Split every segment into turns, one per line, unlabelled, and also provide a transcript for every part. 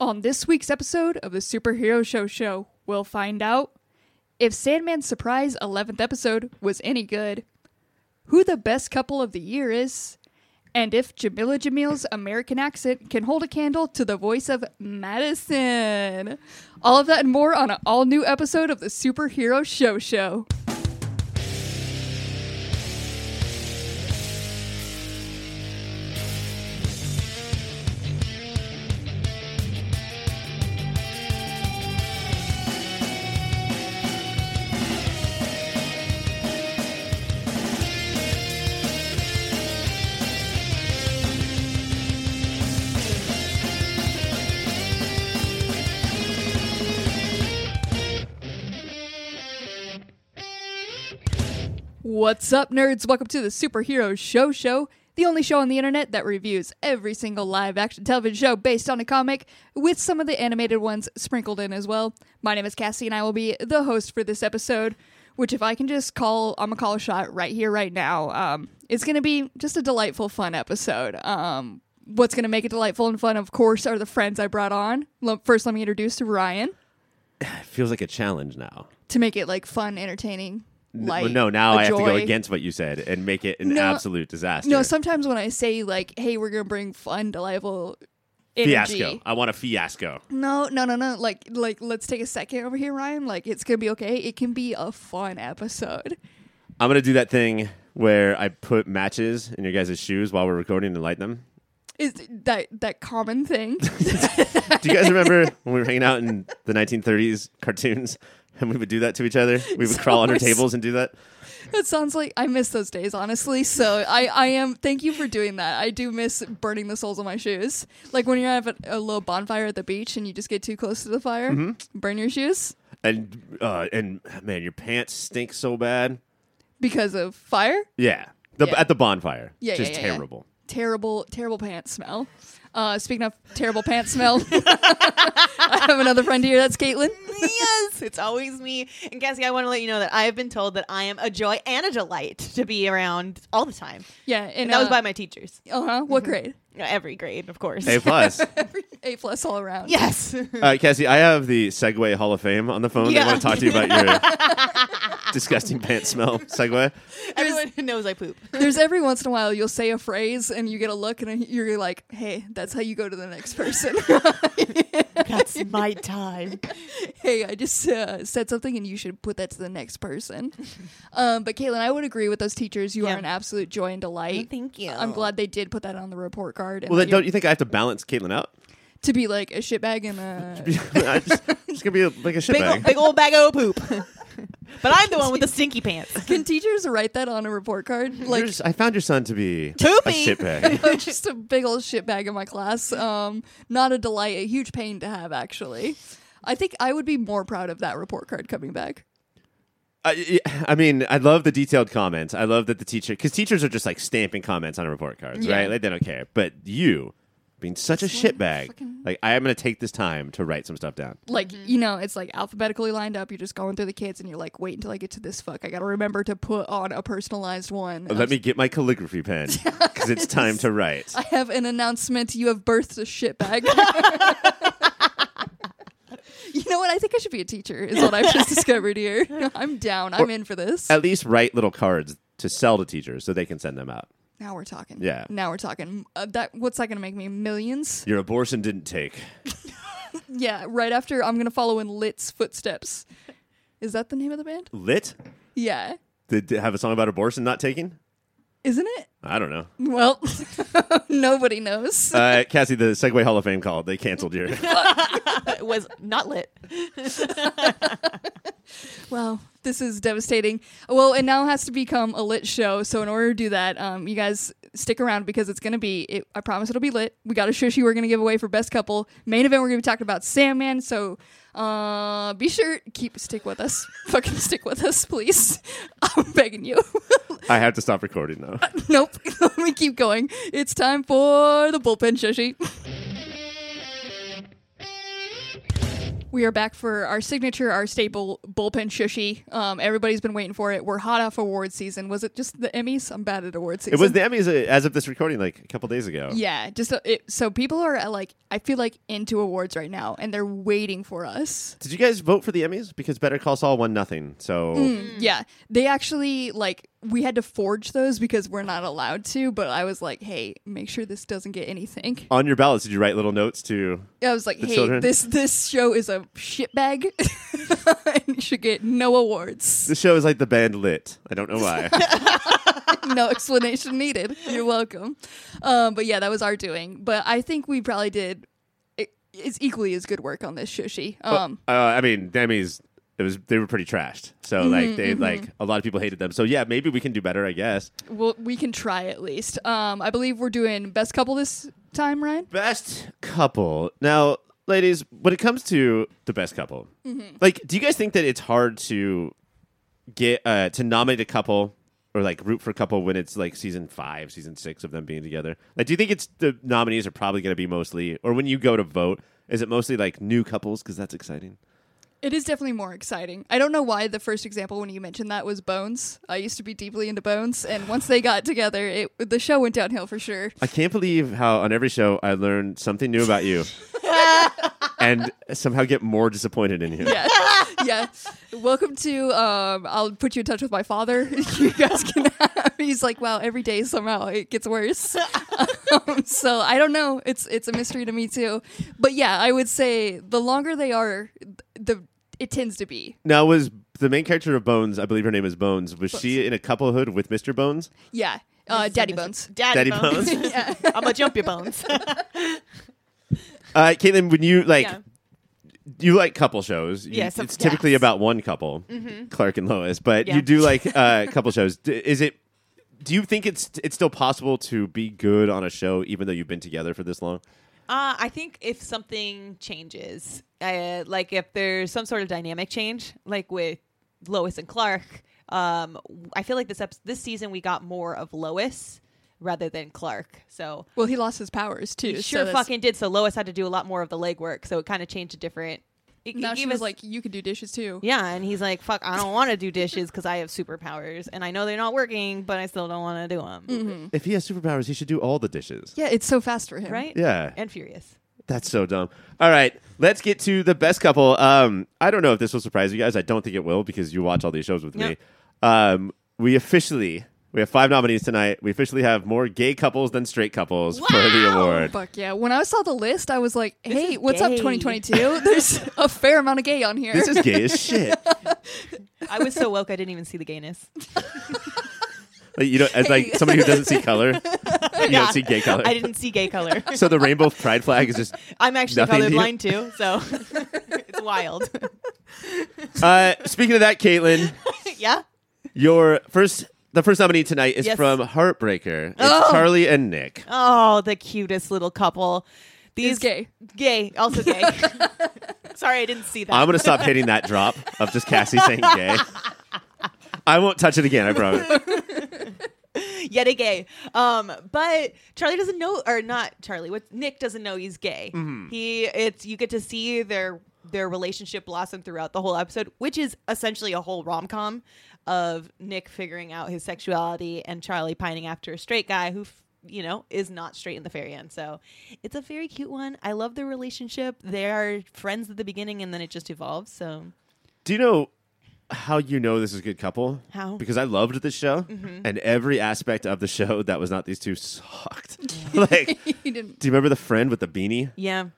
On this week's episode of the Superhero Show Show, we'll find out if Sandman's surprise 11th episode was any good, who the best couple of the year is, and if Jamila Jamil's American accent can hold a candle to the voice of Madison. All of that and more on an all new episode of the Superhero Show Show. What's up, nerds? Welcome to the Superhero Show Show, the only show on the internet that reviews every single live action television show based on a comic, with some of the animated ones sprinkled in as well. My name is Cassie, and I will be the host for this episode. Which, if I can just call, I'm gonna call a shot right here, right now. Um, it's gonna be just a delightful, fun episode. Um, what's gonna make it delightful and fun, of course, are the friends I brought on. Lo- First, let me introduce to Ryan
feels like a challenge now.
to make it like fun, entertaining.
N-
Light,
well, no, now
a
I have to go
joy.
against what you said and make it an
No.
absolute disaster.
No, sometimes when I say like, "Hey, we're gonna bring fun, delightful energy,"
fiasco. I want a fiasco.
no, no, no, no. Like, like, let's take a second over here, Ryan. Like, it's gonna be okay. It can be a fun episode.
I'm gonna do that thing where I put matches in your guys' shoes while we're recording and light them.
Is that that common thing?
Do you guys remember when we were hanging out in the 1930s cartoons and we would do that to each other? We would crawl under
always-
tables and do that.
it sounds like I miss those days, honestly. So I, I am. Thank you for doing that. I do miss burning the soles of my shoes. Like when you have a, a little bonfire at the beach and you just get too close to the fire, burn your shoes
And uh, and man, your pants stink so bad.
because of fire.
Yeah, the,
Yeah.
at the bonfire.
Yeah,
just
yeah, yeah, yeah.
terrible.
terrible, terrible pants smell. Uh, speaking of terrible pants smell, I have another friend here. That's Caitlin.
yes, it's always me. And Cassie, I want to let you know that I have been told that I am a joy and a delight to be around all the time.
Yeah, and,
And that was
uh,
by my Mm-hmm. teachers.
uh-huh. What grade?
You know, Every grade, of course.
A plus.
A plus all around.
Yes.
Uh, Cassie, I have the Segway Hall of Fame on the phone. I
Yeah.
want to talk to you about your disgusting pant smell, Segway.
Everyone knows I poop.
There's every once in a while you'll say a phrase and you get a look and you're like, "Hey, that's how you go to the next person."
That's my time.
hey, I just uh, said something and you should put that to the next person. Um, but Caitlin, I would agree with those teachers. You
Yeah. Oh,
are an absolute joy and delight.
Thank you.
I'm glad they did put that on the report card. And
Well, then,
that you're-
don't you think I have to balance Caitlin out?
to be like a shitbag and a
I'm just, just gonna be like a
Big, ol'
shitbag.
big old bag of poop. but I'm the one with the stinky pants.
Can teachers write that on a report card? Like,
You're just- I found your son to be
To
a
me.
shitbag.
I'm just a big old shitbag in my class. Um, not a delight, a huge pain to have, actually. I think I would be more proud of that report card coming back.
I, I mean, I love the detailed comments. I love that the teacher, because teachers are just like stamping comments on report cards,
Yeah.
right? Like they don't care. But you being such a shitbag, like I am gonna take this time to write some stuff down.
Like, you know, it's like alphabetically lined up. You're just going through the kids and you're like, wait until I get to this fuck. I got to remember to put on a personalized one.
Let me get my calligraphy pen because it's time to write.
I have an announcement. You have birthed a shitbag. you know what? I think I should be a teacher, is what I've just discovered here. I'm down. I'm in for this.
at least write little cards to sell to teachers so they can send them out.
Now we're talking.
Yeah.
Now we're talking. Uh, that what's that going to make me millions?
Your abortion didn't take.
Yeah. Right after I'm going to follow in Lit's footsteps. Is that the name of the band?
Lit?
Yeah.
Did did it have a song about abortion not taking?
Isn't it?
I don't know.
Well, nobody knows.
Uh, Cassie, the Segway Hall of Fame called. They canceled your.
It Uh, was not lit.
Well, this is devastating. Well, it now has to become a lit show. So in order to do that, um, you guys stick around because it's going to be. It, I promise it'll be lit. We got a shushi we're going to give away for best couple main event. We're going to be talking about Sandman. So uh, be sure keep stick with us. Fucking stick with us, please. I'm begging you.
I have to stop recording though.
nope. Let me keep going. It's time for the bullpen shushi. We are back for our signature, our staple bullpen shushy. Um, everybody's been waiting for it. We're hot off award season. Was it just the Emmys? I'm bad at award season.
It was the Emmys uh, as of this recording, like a couple days ago.
Yeah, just uh, it, so people are uh, like, I feel like into awards right now, and they're waiting for us.
Did you guys vote for the Emmys? Because Better Call Saul won nothing. So
Yeah, they actually like we had to forge those because we're not allowed to. But I was like, hey, make sure this doesn't get anything.
on your ballots, did you write little notes to?
I was like, hey,
children.
this this show is a shitbag and should get no awards.
This show is like the band lit. I don't know why.
no explanation needed. You're welcome. Um, but yeah, that was our doing. But I think we probably did i- is equally as good work on this shushi. Um,
uh, I mean, the Emmys. It was they were pretty trashed. So like they like a lot of people hated them. So yeah, maybe we can do better. I guess
well, we can try at least. Um, I believe we're doing best couple this time, Ryan.
best couple. Now, ladies, when it comes to the best couple, like, do you guys think that it's hard to get uh, to nominate a couple? Or like root for a couple when it's like season five, season six of them being together. Like, do you think it's the nominees are probably going to be mostly, or when you go to vote, is it mostly like new couples because that's exciting?
It is definitely more exciting. I don't know why the first example when you mentioned that was Bones. I used to be deeply into Bones, and once they got together, it the show went downhill for sure.
I can't believe how on every show I learn something new about you, and somehow get more disappointed in you.
Yeah, yeah. Welcome to. Um, I'll put you in touch with my father. You guys can. Have, he's like, wow. Every day somehow it gets worse. um, so I don't know. It's it's a mystery to me too. But yeah, I would say the longer they are, the it tends to be.
Now was the main character of Bones, I believe her name is Bones, was she in a couplehood with Mr. Bones?
Yeah, uh, daddy bones.
Daddy,
Daddy
bones.
bones.
yeah.
I'm gonna jump your bones.
Uh Caitlin, when you like
Yeah.
you like couple shows. You-
Yes, of-
it's typically
yes.
about one couple, Clark and Lois, but
Yeah.
you do like uh couple shows. D- is it do you think it's it's still possible to be good on a show even though you've been together for this long?
Uh, I think if something changes, uh, like if there's some sort of dynamic change, like with Lois and Clark, um, I feel like this ep- this season we got more of Lois rather than Clark. So
Well, he lost his powers too.
he
so
sure
that's-
fucking did. So Lois had to do a lot more of the legwork. So it kind of changed a different. It, it
Now she
gave
was
us-
like, you can do dishes too.
yeah, and he's like, "Fuck, I don't want to do dishes because I have superpowers, and I know they're not working, but I still don't want to do them."
Mm-hmm.
If he has superpowers, he should do all the dishes.
Yeah, it's so fast for him.
Right?
Yeah.
And furious.
That's so dumb. All right, let's get to the best couple. Um, I don't know if this will surprise you guys. I don't think it will because you watch all these shows with me. Um, we officially we have five nominees tonight. We officially have more gay couples than straight couples for the
Wow!
award.
Fuck yeah. When I saw the list, I was like, hey,
is
what's up
gay.
2022? There's a fair amount of gay on here.
This is gay as shit.
I was so woke I didn't even see the gayness.
Like, you know, as like somebody who doesn't see color, you
Yeah.
don't see gay color.
I didn't see gay color.
So the rainbow pride flag is just.
I'm actually
Nothing to you.
colorblind too, so it's wild.
Uh, speaking of that, Caitlin,
yeah.
your first the first nominee tonight is
Yes.
from Heartbreaker. It's
Oh.
Charlie and Nick.
Oh, the cutest little couple. These
He's gay.
Gay, also gay. Sorry, I didn't see that.
I'm gonna stop hitting that drop of just Cassie saying gay. I won't touch it again. I promise.
Yet a gay. Um, but Charlie doesn't know, or not Charlie. What Nick doesn't know he's gay.
Mm-hmm.
He, it's you get to see their their relationship blossom throughout the whole episode, which is essentially a whole rom com of Nick figuring out his sexuality and Charlie pining after a straight guy who. f- You know, is not straight in the fairy end. So it's a very cute one. I love their relationship. They are friends at the beginning and then it just evolves. So
Do you know how you know this is a good couple?
How? Mm-hmm.
Because I loved this show, and every aspect of the show that was not these two sucked. like, do
You didn't.
you remember the friend with the beanie?
yeah.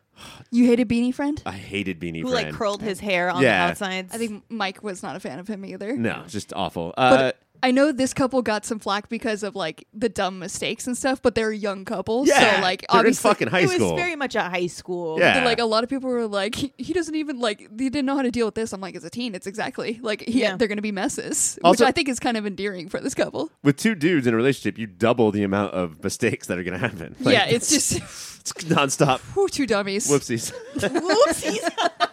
You hated Beanie Friend?
I hated beanie
Who
friend.
like curled his hair on
Yeah.
the outsides.
I think Mike was not a fan of him either.
no, just awful.
But
Uh,
I know this couple got some flack because of like the dumb mistakes and stuff, but they're a young couple.
yeah,
So like
they're in
obviously
fucking high
it
school.
was very much a high school.
Yeah.
But, like a lot of people were like, he, he doesn't even like he didn't know how to deal with this. I'm like, as a teen, it's exactly like he,
Yeah.
they're gonna be messes,
Also-
which I think is kind of endearing for this couple.
With two dudes in a relationship, you double the amount of mistakes that are going to happen. Like,
yeah, it's just
it's nonstop.
whew, two dummies.
Whoopsies.
Whoopsies.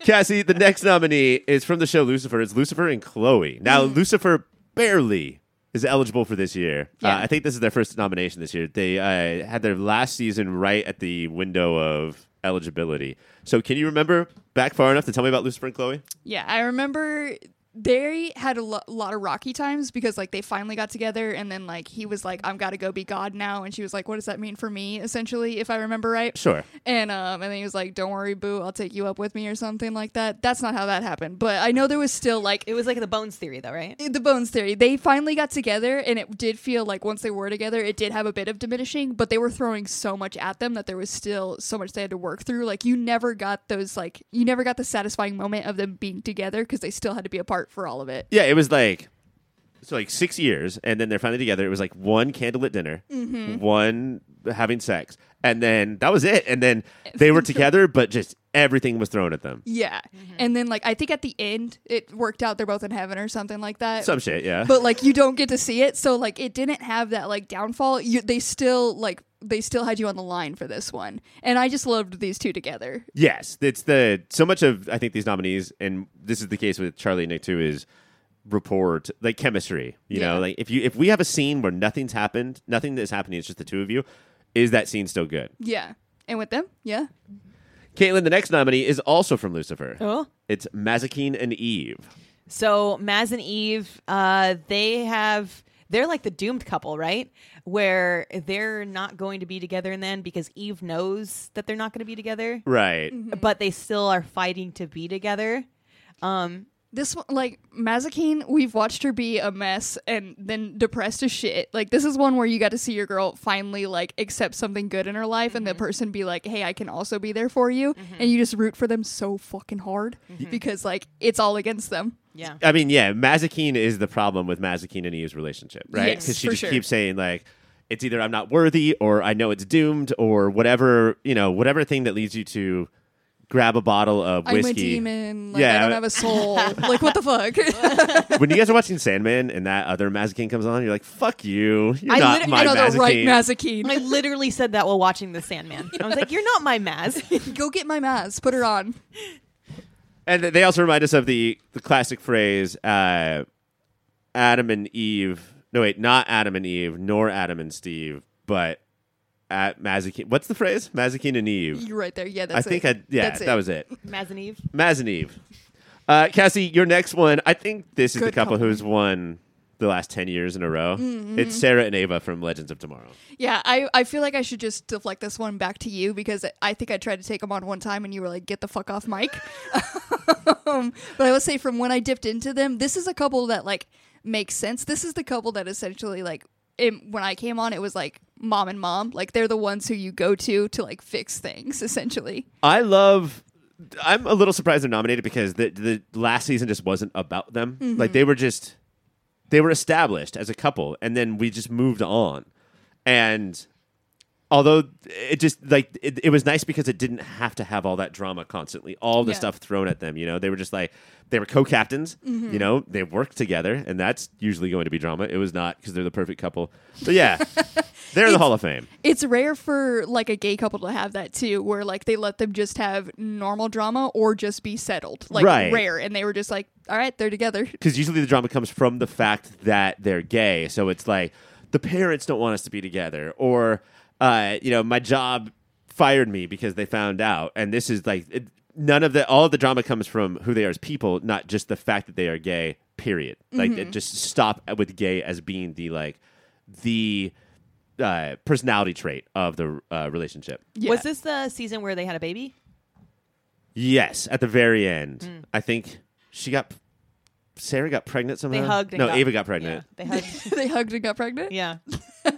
Cassie, the next nominee is from the show Lucifer. It's Lucifer and Chloe. Now, Lucifer barely is eligible for this year.
Yeah.
Uh, I think this is their first nomination this year. They uh, had their last season right at the window of eligibility. So, can you remember back far enough to tell me about Lucifer and Chloe?
Yeah, I remember they had a lo- lot of rocky times because like they finally got together and then like he was like I'm got to go be god now and she was like what does that mean for me essentially if I remember right.
Sure.
And um and then he was like don't worry boo I'll take you up with me or something like that. That's not how that happened, but I know there was still like
It was like the bones theory, though, right?
the bones theory they finally got together and it did feel like once they were together it did have a bit of diminishing but they were throwing so much at them that there was still so much they had to work through like you never got those like you never got the satisfying moment of them being together because they still had to be apart for all of it
Yeah, it was like so like six years, and then they're finally together. It was like one candlelit dinner, one having sex, and then that was it. And then they were together, but just everything was thrown at them.
yeah and then like i think at the end it worked out they're both in heaven or something like that
Some shit, yeah.
but like you don't get to see it so like it didn't have that like downfall you they still like they still had you on the line for this one and i just loved these two together
yes, it's the so much of I think these nominees, and this is the case with Charlie and Nick too, is rapport, t- like chemistry. You
Yeah.
know, like if you if we have a scene where nothing's happened, nothing that's happening, it's just the two of you. Is that scene still good?
yeah and with them yeah
Caitlin, the next nominee is also from Lucifer.
Oh.
It's Mazakine and Eve.
So Maz and Eve, uh, they have they're like the doomed couple, right? Where they're not going to be together in the end because Eve knows that they're not going to be together,
Right.
but they still are fighting to be together. Um,
this one like mazakine we've watched her be a mess and then depressed as shit like this is one where you got to see your girl finally like accept something good in her life and the person be like hey i can also be there for you and you just root for them so fucking hard because like it's all against them
yeah.
I mean, yeah, Mazakine is the problem with Mazakine and Eve's relationship, right?
Yes,
Because she
for
just
sure.
keeps saying like, it's either I'm not worthy, or I know it's doomed, or whatever you know, whatever thing that leads you to grab a bottle of
i'm a
whiskey.
demon like i
Yeah.
don't have a soul like what the fuck
when you guys are watching Sandman and that other Mazakine comes on, you're like, "Fuck you! You're
I
not
literally-
my
i know the right
Mazakine."
mazakine
I literally said that while watching The Sandman. I was like, "You're not my Maz."
go get my maz put her on
and they also remind us of the the classic phrase, uh, "Adam and Eve." No, wait, not Adam and Eve, nor Adam and Steve, but at Mazakine. What's the phrase? Mazakine and Eve.
you right there yeah that's
I think
it.
I yeah,
That's it.
that was it.
Maz and Eve.
Maz and Eve. Uh, Cassie, your next one. I think this is the
Good
couple
couple.
who's won the last ten years in a row.
Mm-hmm.
It's Sarah and Ava from Legends of Tomorrow.
Yeah, I, I feel like I should just deflect this one back to you because I think I tried to take them on one time and you were like, get the fuck off, Mike. um, but I will say, from when I dipped into them, this is a couple that like makes sense. This is the couple that essentially like it, when I came on, it was like mom and mom. Like they're the ones who you go to to like fix things essentially.
I love. I'm a little surprised they're nominated because the the last season just wasn't about them.
Mm-hmm.
Like they were just they were established as a couple, and then we just moved on. And although it just like it, it was nice because it didn't have to have all that drama constantly, all the
Yeah.
stuff thrown at them. You know, they were just like they were co captains.
Mm-hmm.
You know, they worked together, and that's usually going to be drama. It was not because they're the perfect couple. So yeah, they're in the Hall of Fame.
It's rare for like a gay couple to have that too, where like they let them just have normal drama or just be settled. Like
Right.
rare. And they were just like, all right, they're together.
because usually the drama comes from the fact that they're gay. So it's like the parents don't want us to be together, or uh, you know, my job fired me because they found out. And this is like it, none of the all of the drama comes from who they are as people, not just the fact that they are gay. Period. Like
Mm-hmm.
it just stop at- with gay as being the like the uh, personality trait of the uh, relationship.
Yeah.
Was this the season where they had a baby?
Yes, at the very end,
Mm.
I think she got. Sarah got pregnant somehow.
They hugged. And
no,
got,
Ava got pregnant.
Yeah, they hugged.
they hugged and got pregnant?
yeah.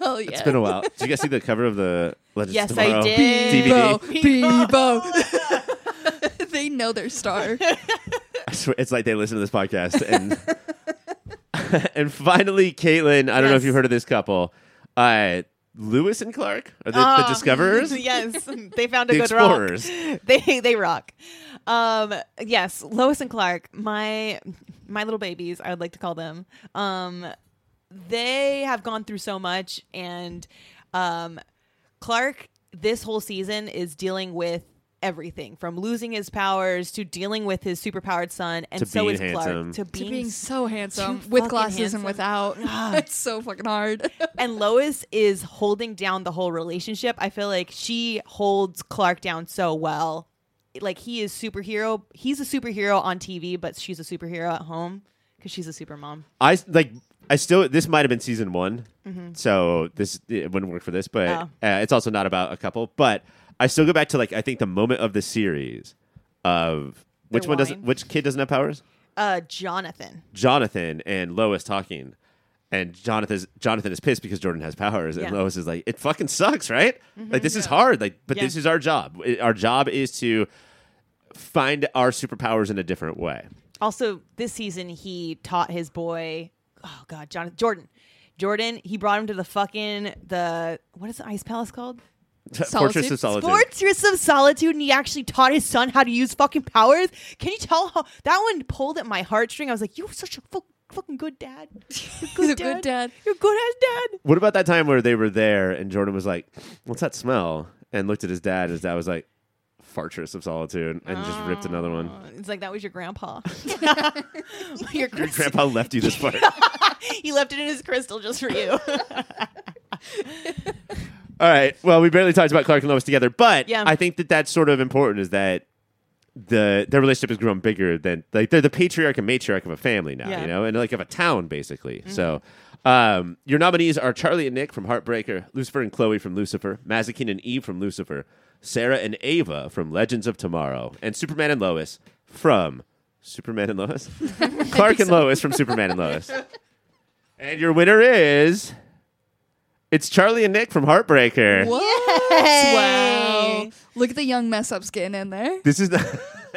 Hell yeah.
It's been a while. Did you guys see the cover of the Legends
Yes,
of
I
Tomorrow?
did.
DVD.
Bebo. they know their star.
I swear, it's like they listen to this podcast. And and finally, Caitlin. I don't know if
Yes.
you've heard of this couple. Uh, Lewis and Clark are they the
Ah.
discoverers,
yes, they found a
the
good
explorers.
rock. They they rock. Um, yes, Lois and Clark, my my little babies, I would like to call them. Um, they have gone through so much, and um, Clark this whole season is dealing with everything from losing his powers to dealing with his superpowered son, and
To
so
being
is
handsome.
Clark to
To
being.
being so handsome
too
with
fucking
glasses and
handsome.
without. it's so fucking hard.
and Lois is holding down the whole relationship. I feel like she holds Clark down so well. Like he is superhero. He's a superhero on TV, but she's a superhero at home because she's a super mom.
I s- like. I still. This might have been season one, so this it wouldn't work for this. But
Mm-hmm. Oh.
uh, it's also not about a couple. But I still go back to like I think the moment of the series of which one doesn't,
wine.
which kid doesn't have powers?
Uh, Jonathan.
Jonathan and Lois talking, and Jonathan's Jonathan is pissed because Jordan has powers, and
Yeah. Mm-hmm.
Lois is like, "It fucking sucks, right? like this is hard. Like, but
Yeah.
this is our job. I- Our job is to find our superpowers in a different way."
Also, this season he taught his boy. Oh God, Jonathan Jordan. Jordan. He brought him to the fucking the what is the ice palace called?
Fortress
Solitude.
of Solitude.
Fortress of Solitude, and he actually taught his son how to use fucking powers. Can you tell how that one pulled at my heartstring? I was like, "You're such a fu- fucking good dad. You're
He's a good dad.
You're good as dad."
What about that time where they were there and Jordan was like, "What's that smell?" and looked at his dad. His dad was like, "Fortress of Solitude," and just ripped another one.
Uh, It's like that was your grandpa. your
Your
crystal.
grandpa left you this part.
he left it in his crystal just for you.
All right. Well, we barely talked about Clark and Lois together, but
Yeah.
I think that that's sort of important. Is that the their relationship has grown bigger than like they're the patriarch and matriarch of a family now,
Yeah. Mm-hmm.
you know, and like of a town basically. So, um, your nominees are Charlie and Nick from Heartbreaker, Lucifer and Chloe from Lucifer, Mazikeen and Eve from Lucifer, Sarah and Ava from Legends of Tomorrow, and Superman and Lois from Superman and Lois, Clark and Lois from Superman and Lois. And your winner is. It's Charlie and Nick from Heartbreaker.
Wow. Look at the young mess ups getting in there.
This is not,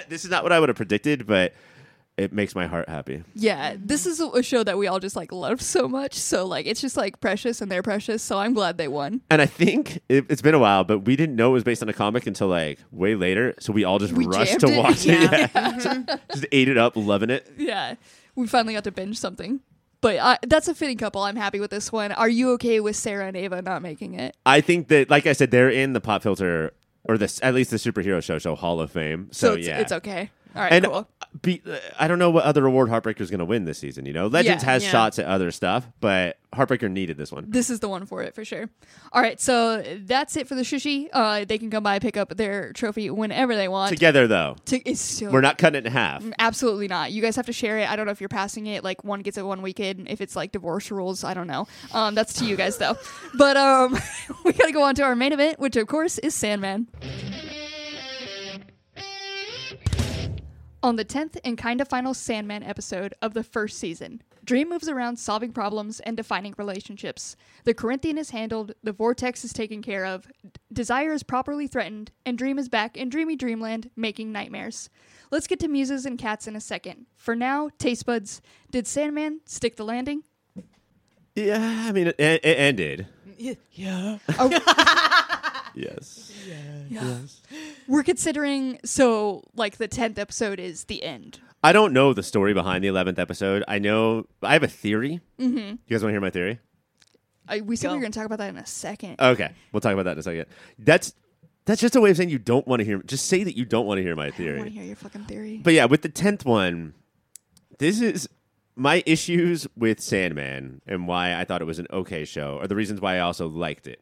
this is not what I would have predicted, but it makes my heart happy.
Yeah, this is a- a show that we all just like love so much. So like it's just like precious and they're precious. So I'm glad they won.
And I think it, it's been a while, but we didn't know it was based on a comic until like way later. So we all just
We
rushed
jammed
to
it.
watch it.
Yeah.
Yeah. just ate it up, loving it.
Yeah, we finally got to binge something. But I, that's a fitting couple. I'm happy with this one. Are you okay with Sarah and Ava not making it?
I think that, like I said, they're in the pop filter or this at least the superhero show show Hall of Fame. So,
So it's,
yeah,
it's okay. All right,
And
cool.
be, I don't know what other award Heartbreaker is going to win this season. You know, Legends
Yeah.
has
Yeah.
shots at other stuff, but Heartbreaker needed this one.
This is the one for it for sure. All right, so that's it for the shushi. Uh, they can come by pick up their trophy whenever they want.
Together though,
To, it's still
we're not cutting it in half.
Mm. Absolutely not. You guys have to share it. I don't know if you're passing it. Like one gets it one weekend. If it's like divorce rules, I don't know. Um, that's to you guys though. But um, we gotta go on to our main event, which of course is Sandman. On the 10th and kind of final Sandman episode of the first season, Dream moves around solving problems and defining relationships. The Corinthian is handled, the Vortex is taken care of, D- Desire is properly threatened, and Dream is back in dreamy dreamland making nightmares. Let's get to muses and cats in a second. For now, taste buds, did Sandman stick the landing?
Yeah, I mean, it, it ended.
yeah.
Yes.
We're considering, so like the 10th episode is the end.
I don't know the story behind the 11th episode. I know I have a theory. Mm-hmm. You guys want to hear my theory?
I, we said we
Go.
were gonna talk about that in a second.
Okay, we'll talk about that in a second. That's that's just a way of saying you don't want to hear. Just say that you don't want to hear my
I want to
theory.
hear your fucking theory.
But yeah, with the 10th one, this is my issues with Sandman and why I thought it was an okay show, or the reasons why I also liked it,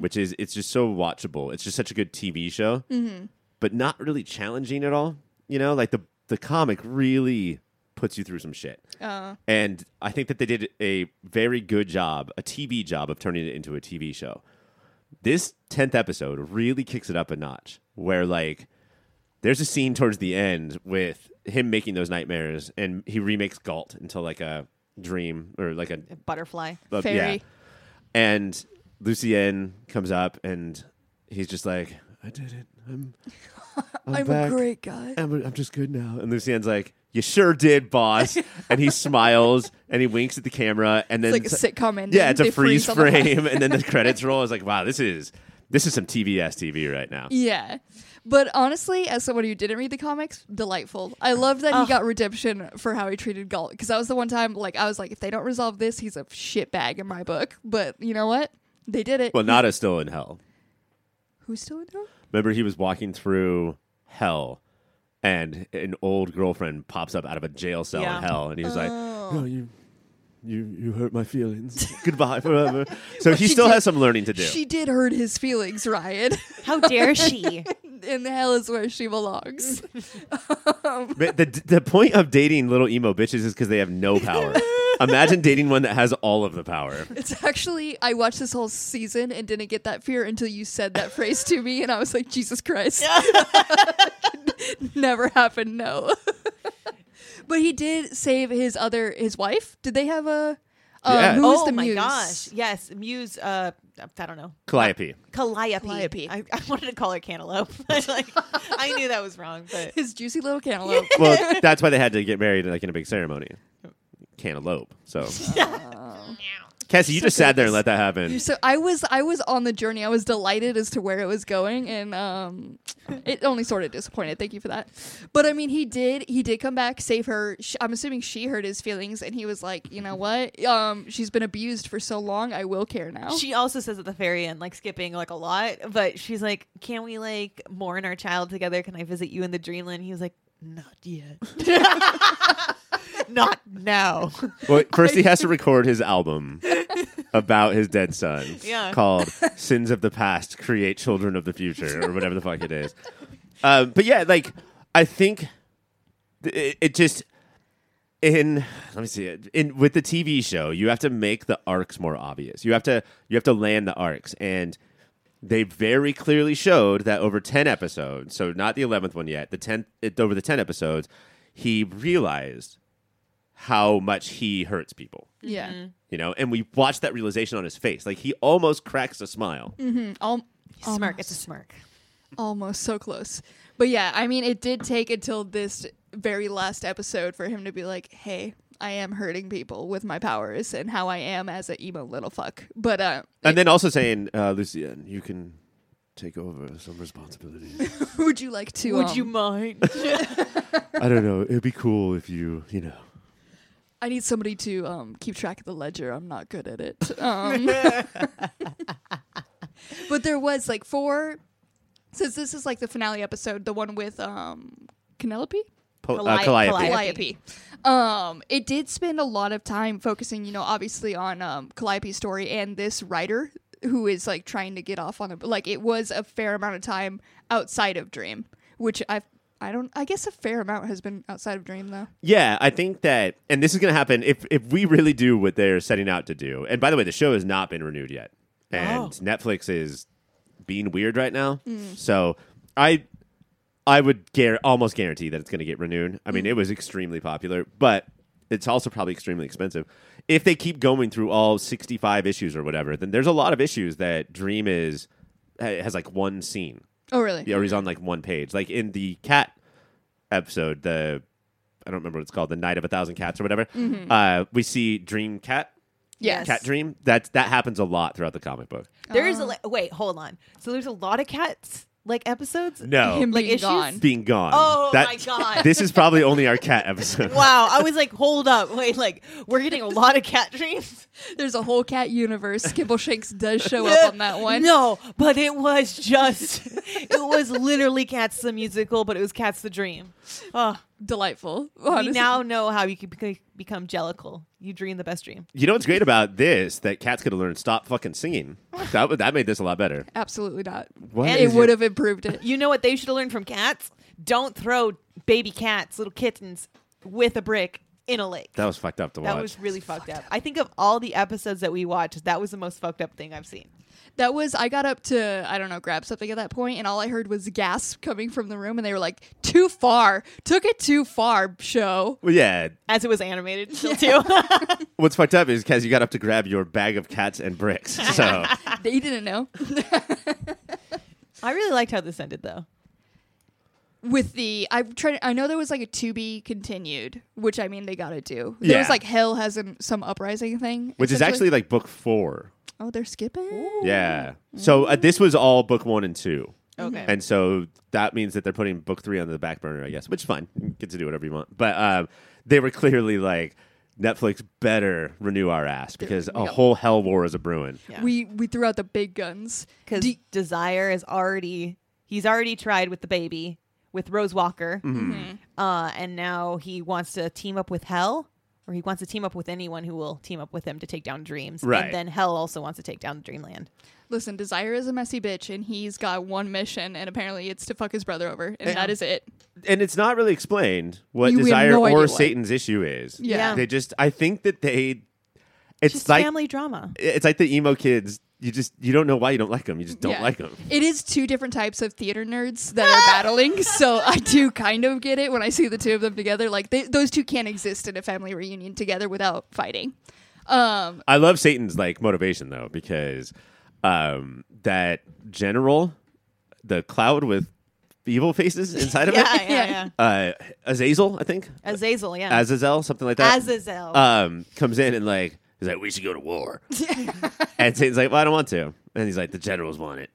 which is it's just so watchable. It's just such a good TV show, but not really challenging at all. You know, like the the comic really puts you through some shit.
uh,
And I think that they did a very good job, a TV job of turning it into a TV show. This 10th episode really kicks it up a notch where, like, there's a scene towards the end with him making those nightmares and he remakes Galt into like a dream or like a.
Butterfly.
a-
Fairy.
And Lucien comes up and he's just like, I did it. I'm, I'm,
I'm
back.
a great guy.
I'm, I'm just good now. And Lucien's like, you sure did, boss. and he smiles and he winks at the camera. And then
It's like a sitcom ending.
yeah, it's
They
a freeze
on the fly.
frame. and then the credits roll. I was like, wow, this is this is some TBS TV right now.
Yeah. But honestly, as someone who didn't read the comics, delightful. I love that he got redemption for how he treated Galt because that was the one time like I was like, if they don't resolve this, he's a shitbag in my book. But you know what? They did it.
Well, Nada's still in hell.
Who's still in hell?
Remember, he was walking through hell, and an old girlfriend pops up out of a jail cell
Yeah.
in hell, and he's like,
Oh.
"No, you." You, you hurt my feelings. Goodbye forever. So he
she
still
did-
has some learning to do.
She did hurt his feelings, Ryan.
How dare she?
and hell is where she belongs.
But the the point of dating little emo bitches is because they have no power. Imagine dating one that has all of the power.
It's actually I watched this whole season and didn't get that fear until you said that phrase to me, and I was like, Jesus Christ, never happened. No, but he did save his other his wife. Did they have a? Um,
Yeah.
Who was
oh
the
my
muse?
gosh. Yes. Muse, uh, I don't know.
Calliope.
Calliope.
Calliope.
I, I wanted to call her cantaloupe. like, I knew that was wrong, but
His juicy little cantaloupe.
Well, that's why they had to get married like in a big ceremony. Cantaloupe. So, Cassie, you just sat there and let that happen.
so I was I was on the journey. I was delighted as to where it was going, and um, it only sort of disappointed. Thank you for that. But I mean, he did he did come back, save her. Sh I'm assuming she hurt his feelings, and he was like, you know what? Um, she's been abused for so long. I will care now.
she also says at the very end, like skipping like a lot, but she's like, Can we like mourn our child together? Can I visit you in the dreamland? He was like, Not yet. Not now.
Well, first he has to record his album about his dead son,
Yeah.
called "Sins of the Past Create Children of the Future" or whatever the fuck it is. Um, but yeah, like I think th- it, it just in let me see it in with the TV show, you have to make the arcs more obvious. You have to you have to land the arcs and. They very clearly showed that over ten episodes, so not the eleventh one yet, the tenth it, over the ten episodes, he realized how much he hurts people.
yeah.
Mm-hmm.
You know, and we watched that realization on his face. Like he almost cracks a smile.
Mm, Al-
Smirk. It's a smirk.
almost so close. But yeah, I mean, it did take until this very last episode for him to be like, "Hey." I am hurting people with my powers and how I am as an emo little fuck. But uh,
And then also saying, uh, Lucian, you can take over some responsibilities.
would you like to?
Would
um,
you mind?
I don't know. It'd be cool if you, you know.
I need somebody to um, keep track of the ledger. I'm not good at it. Um, but there was like four. Since this is like the finale episode, the one with um, Penelope,
Po- uh,
Calliope.
Calliope.
Calliope.
Calliope. Um, it did spend a lot of time focusing, you know, obviously on um, Calliope's story and this writer who is like trying to get off on a like it was a fair amount of time outside of Dream, which I I don't I guess a fair amount has been outside of Dream though.
Yeah, I think that, and this is going to happen if if we really do what they're setting out to do. And by the way, the show has not been renewed yet, and
Oh.
Netflix is being weird right now. So I I would guar- almost guarantee that it's going to get renewed. I mean, it was extremely popular, but it's also probably extremely expensive. If they keep going through all 65 issues or whatever, then there's a lot of issues that Dream is ha- has like one scene
Oh really?
yeah, or he's on like one page. Like in the cat episode, the I don't remember what it's called, the Night of a Thousand Cats or whatever.
Mm-hmm.
Uh, we see Dream Cat,
Yes.
Cat Dream. That that happens a lot throughout the comic book.
There's
Uh.
a li- wait, hold on. So there's a lot of cats like episodes.
No,
Him
Like
being
issues?
gone.
being gone.
Oh
That-
my God.
This is probably only our cat episode.
Wow, I was like, hold up, wait, like we're getting a lot of cat dreams.
There's a whole cat universe. Kibble Shanks does show up on that one.
No, but it was just, it was literally Cats the musical, but it was Cats the dream. Oh,
Delightful.
we
honestly.
now know how you can beca- become jellical. You dream the best dream.
You know what's great about this? That cats could have learned stop fucking singing. That would- that made this a lot better.
Absolutely not.
What
And
is
it
your-
would have improved it.
You know what they should have learned from cats? Don't throw baby cats, little kittens, with a brick in a lake.
That was fucked up to watch.
That was really fucked up. I think of all the episodes that we watched, that was the most fucked up thing I've seen.
That was I got up to I don't know grab something at that point, and all I heard was gasp coming from the room, and they were like, "Too far, took it too far." Show
well, yeah.
As it was animated, still too.
What's fucked up is Kaz, you got up to grab your bag of cats and bricks. So
they didn't know
I really liked how this ended, though.
with the I tried. I know there was like a to be continued, which I mean they gotta do.
Yeah.
There was like hell has an, some uprising thing,
which is
essentially.
actually like book four.
oh they're skipping.
Yeah. So uh, this was all book one and two.
Okay.
And so that means that they're putting book three on the back burner, I guess, which is fine. You get to do whatever you want. But um, they were clearly like, Netflix better renew our ass because a
we got-
whole hell war is a brewing.
Yeah.
We we threw out the big guns
because
Do-
Desire is already he's already tried with the baby. with Rose Walker, uh, and now he wants to team up with Hell, or he wants to team up with anyone who will team up with him to take down Dreams.
Right.
And then Hell also wants to take down Dreamland.
Listen, Desire is a messy bitch, and he's got one mission, and apparently it's to fuck his brother over, and that is it.
and it's not really explained what
You- we have
desire
no idea
or
what.
Satan's issue is.
Yeah.
Yeah.
they just I think that they, it's
Just
like
family drama.
it's like the emo kids. You just you don't know why you don't like them. You just don't
Yeah.
like them.
It is two different types of theater nerds that are battling, so I do kind of get it when I see the two of them together. Like they, those two can't exist in a family reunion together without fighting. Um,
I love Satan's like motivation though because um that general, the cloud with evil faces inside of
Yeah,
it,
yeah, yeah.
uh, Azazel, I think
Azazel, yeah.
Azazel, something like that.
Azazel.
um, comes in and like he's like, "We should go to war," and Satan's like, "Well, I don't want to," and he's like, "The generals want it."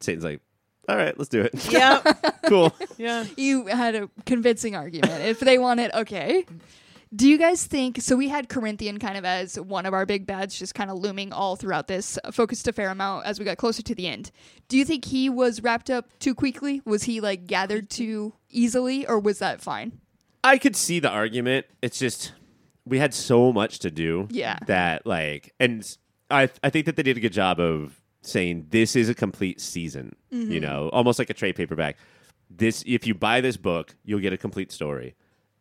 Satan's like, "All right, let's do it.
yeah,
cool."
yeah.
you had a convincing argument. If they want it, okay. Do you guys think so? We had Corinthian kind of as one of our big bads, just kind of looming all throughout this, uh, focused a fair amount as we got closer to the end. Do you think he was wrapped up too quickly? Was he like gathered too easily, or was that fine?
I could see the argument. It's just we had so much to do.
Yeah.
That like, and I I think that they did a good job of saying this is a complete season.
Mm-hmm.
You know, almost like a trade paperback. This if you buy this book, you'll get a complete story.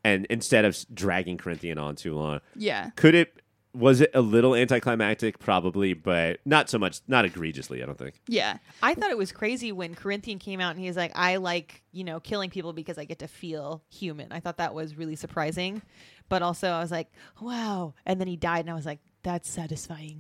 And instead of s- dragging Corinthian on too long,
Yeah.
could it? Was it a little anticlimactic? Probably, but not so much. Not egregiously. I don't think.
Yeah.
I thought it was crazy when Corinthian came out and he's like, I like, you know, killing people because I get to feel human. I thought that was really surprising. But also, I was like, wow. And then he died, and I was like, that's satisfying.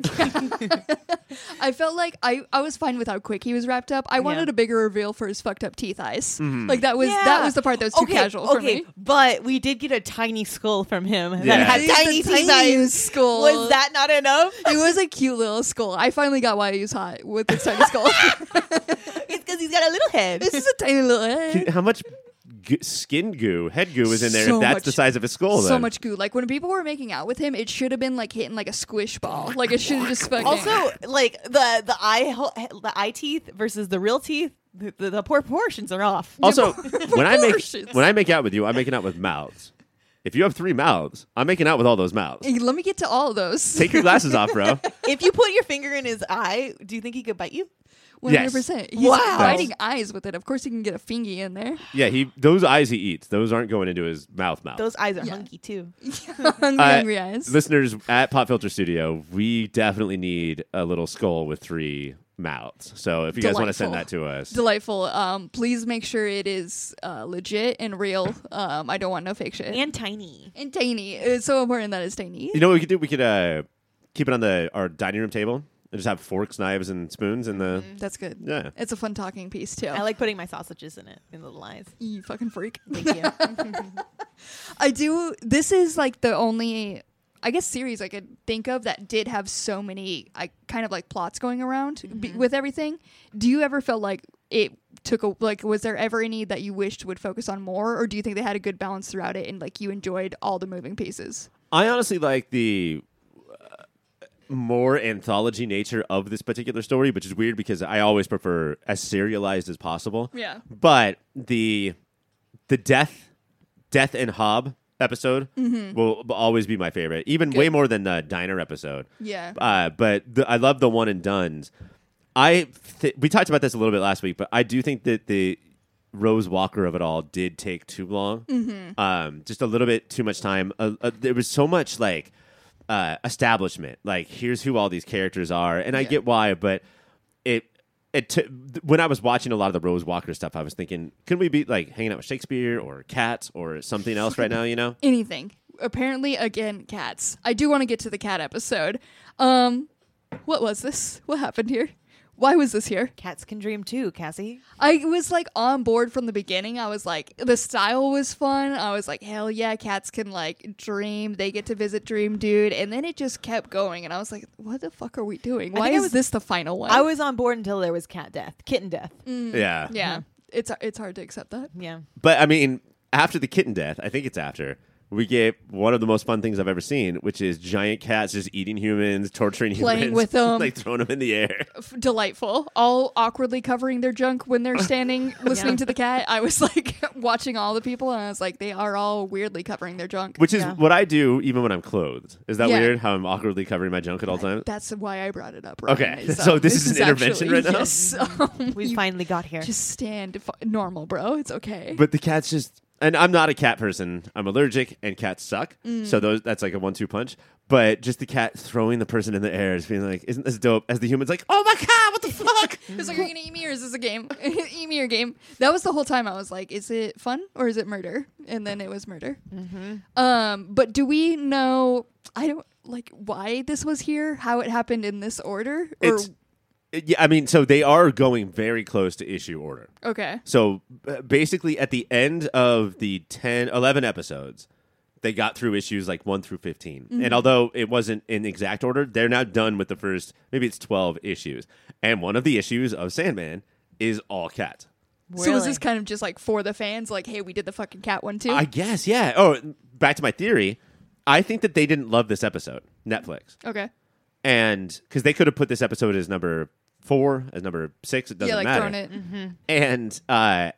I felt like I, I was fine with how quick he was wrapped up. I wanted a bigger reveal for his fucked up teeth eyes. Like that was that
Yeah.
was the part that was too
Okay,
casual for
okay,
me.
But we did get a tiny skull from him
Yeah.
that
The
had tiny teeth eyes.
skull.
Was that not enough?
It was a cute little skull. I finally got why he was hot with this tiny skull.
It's because he's got a little head.
this is a tiny little eh? head.
How much g- skin goo, head goo, is in there?
So
if that's
much-
the size of a skull.
So
then?
much goo. Like when people were making out with him, it should have been like hitting like a squish ball. Like it should have just fucking.
also, like the the eye hel- the eye teeth versus the real teeth, the, the, the proportions are off.
Also, when I make
proportions.
when I make out with you, I'm making out with mouths. If you have three mouths, I'm making out with all those mouths.
Hey, let me get to all of those.
Take your glasses off, bro.
if you put your finger in his eye, do you think he could bite you?
One hundred percent. He's
Wow.
biting eyes with it. Of course, he can get a fingy in there.
Yeah, he those eyes he eats, those aren't going into his mouth mouth.
Those eyes are
Yeah.
hunky too.
hungry,
Uh,
hungry eyes.
Listeners at Pop Filter Studio, we definitely need a little skull with three mouths. So if you guys want to send that
Delightful.
to us,
delightful. Um, please make sure it is uh, legit and real. Um, I don't want no fake shit.
And tiny.
And tiny. It's so important that it's tiny.
you know what we could do? We could uh, keep it on the our dining room table and just have forks, knives, and spoons in the
That's good.
yeah.
It's a fun talking piece too.
I like putting my sausages in it in the little eyes.
you fucking freak.
Thank you.
I do. This is like the only, I guess, series I could think of that did have so many I kind of like plots going around b- with everything. Do you ever feel like it took a like? Was there ever any that you wished would focus on more, or do you think they had a good balance throughout it and like you enjoyed all the moving pieces?
I honestly like the uh, more anthology nature of this particular story, which is weird because I always prefer as serialized as possible.
Yeah.
But the the death death and Hob episode will b- always be my favorite, even way more than the diner episode.
Yeah.
Uh, but the, I love the one and duns. I th- we talked about this a little bit last week, but I do think that the Rose Walker of it all did take too long. Um, just a little bit too much time. Uh, uh, there was so much like uh, establishment. Like here's who all these characters are, and I
Yeah.
get why, but it. It t- when I was watching a lot of the Rose Walker stuff, I was thinking, could we be like hanging out with Shakespeare or Cats or something else right now? You know,
Anything. Apparently, again, cats. I do want to get to the cat episode. Um, what was this? What happened here? Why was this here?
Cats can dream too, Cassie.
I was like on board from the beginning. I was like, the style was fun. I was like, hell yeah, cats can like dream. They get to visit Dream Dude. And then it just kept going. And I was like, what the fuck are we doing? Why
think I
is
was-
this the final one?
I was on board until there was cat death, kitten death.
Mm.
yeah,
yeah. It's, it's hard to accept that.
Yeah.
But I mean, after the kitten death, I think it's after we get one of the most fun things I've ever seen, which is giant cats just eating humans, torturing
Playing
humans,
with 'em.
like throwing them in the air.
F- delightful. All awkwardly covering their junk when they're standing listening to the cat. I was like watching all the people, and I was like, they are all weirdly covering their junk.
Which is
Yeah.
what I do even when I'm clothed. Is that
Yeah.
weird? How I'm awkwardly covering my junk at all times?
That's why I brought it up.
Okay,
Ryan, is,
so
um,
this is an intervention right now?
Yes, um,
We
you
finally got here.
just stand f- normal, bro. It's okay.
But the cat's just and I'm not a cat person. I'm allergic and cats suck.
Mm.
So those that's like a one two punch. But just the cat throwing the person in the air is being like, isn't this dope? As the human's like, oh my god, what the fuck?
It's like, are you gonna eat me or is this a game? eat me or game? That was the whole time I was like, is it fun or is it murder? And then it was murder. Um, but do we know? I don't like why this was here, how it happened in this order, or
It's- It- yeah, I mean, so they are going very close to issue order.
okay,
So uh, basically, at the end of the 10, 11 episodes, they got through issues like 1 through 15.
Mm-hmm.
And although it wasn't in exact order, they're now done with the first, maybe it's 12 issues. And one of the issues of Sandman is all cat.
so was this kind of just like for the fans? Like, hey, we did the fucking cat one too.
I guess, yeah. Oh, back to my theory. I think that they didn't love this episode, Netflix.
okay,
And because they could have put this episode as number four, as number six, it doesn't
yeah, like
matter.
throwing it.
And uh,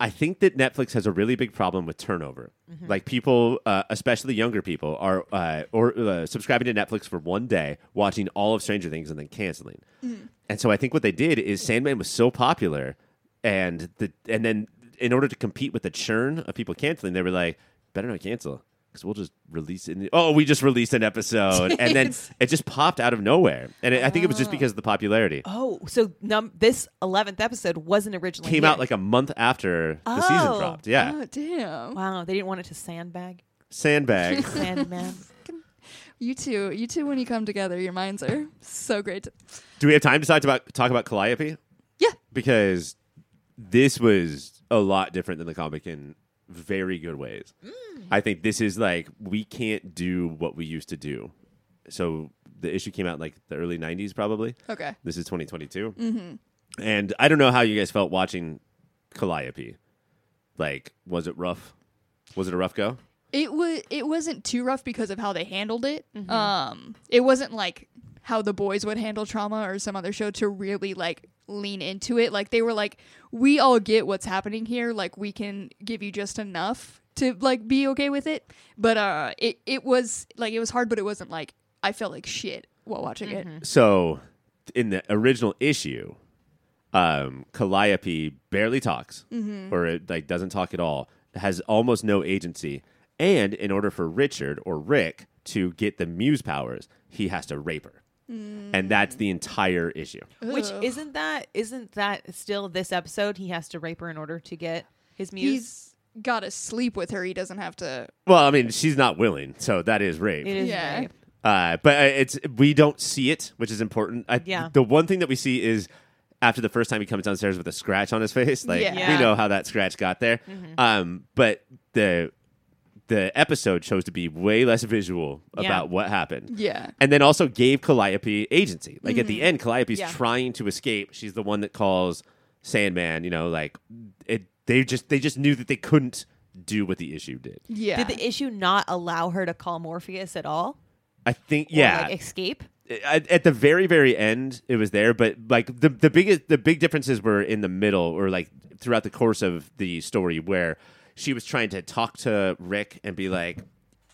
I think that Netflix has a really big problem with turnover. Like people, uh, especially younger people, are uh, or uh, subscribing to Netflix for one day, watching all of Stranger Things, and then canceling. And so I think what they did is Sandman was so popular, and the and then in order to compete with the churn of people canceling, they were like, better not cancel. Because we'll just release it. in- Oh, we just released an episode, and then
Jeez.
it just popped out of nowhere. And it, I think it was just because of the popularity
Oh, so num- this eleventh episode wasn't originally
came
here.
out like a month after the season
Oh.
dropped. Yeah,
Oh damn!
wow. They didn't want it to sandbag.
sandbag.
Sandman.
You two, you two, when you come together, your minds are so great.
Do we have time to talk about talk about Calliope?
Yeah,
Because this was a lot different than the comic in very good ways.
Mm.
I think this is like we can't do what we used to do. So the issue came out in like the early '90s, probably.
okay.
This is 2022,
Mm-hmm.
and I don't know how you guys felt watching Calliope. Like, was it rough? Was it a rough go?
It was it wasn't too rough because of how they handled it.
Mm-hmm.
Um it wasn't like how the boys would handle trauma or some other show to really like lean into it. Like they were like we all get what's happening here, like we can give you just enough to like be okay with it. But uh it it was like it was hard but it wasn't like I felt like shit while watching
Mm-hmm.
it.
So, in the original issue, um, Calliope barely talks, or it, like doesn't talk at all. Has almost no agency, and in order for Richard or Rick to get the Muse powers, he has to rape her, and that's the entire issue.
Which
Ugh.
isn't that? Isn't that still this episode? He has to rape her in order to get his muse.
He's got to sleep with her. He doesn't have to
Well, I mean, she's not willing, so that is rape.
it is
Yeah.
rape.
Uh, but uh, it's we don't see it, which is important. I,
Yeah.
The one thing that we see is after the first time he comes downstairs with a scratch on his face. Like
Yeah.
we
Yeah. Mm-hmm.
know how that scratch got there. Um, but the the episode chose to be way less visual
Yeah.
about what happened.
Yeah.
And then also gave Calliope agency. Like at the end, Calliope's
Mm-hmm. Yeah.
trying to escape. She's the one that calls Sandman. You know, like it. They just they just knew that they couldn't do what the issue did.
yeah.
Did the issue not allow her to call Morpheus at all?
I think
Or,
yeah.
like escape.
at, at the very very end it was there but like the the biggest the big differences were in the middle or like throughout the course of the story where she was trying to talk to Rick and be like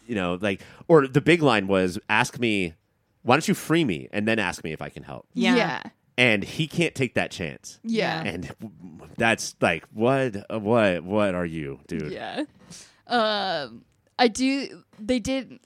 you know like or the big line was ask me why don't you free me and then ask me if I can help
yeah.
Yeah.
Yeah.
and he can't take that chance
Yeah.
and that's like what what what are you dude
Yeah. Um, I do. They did.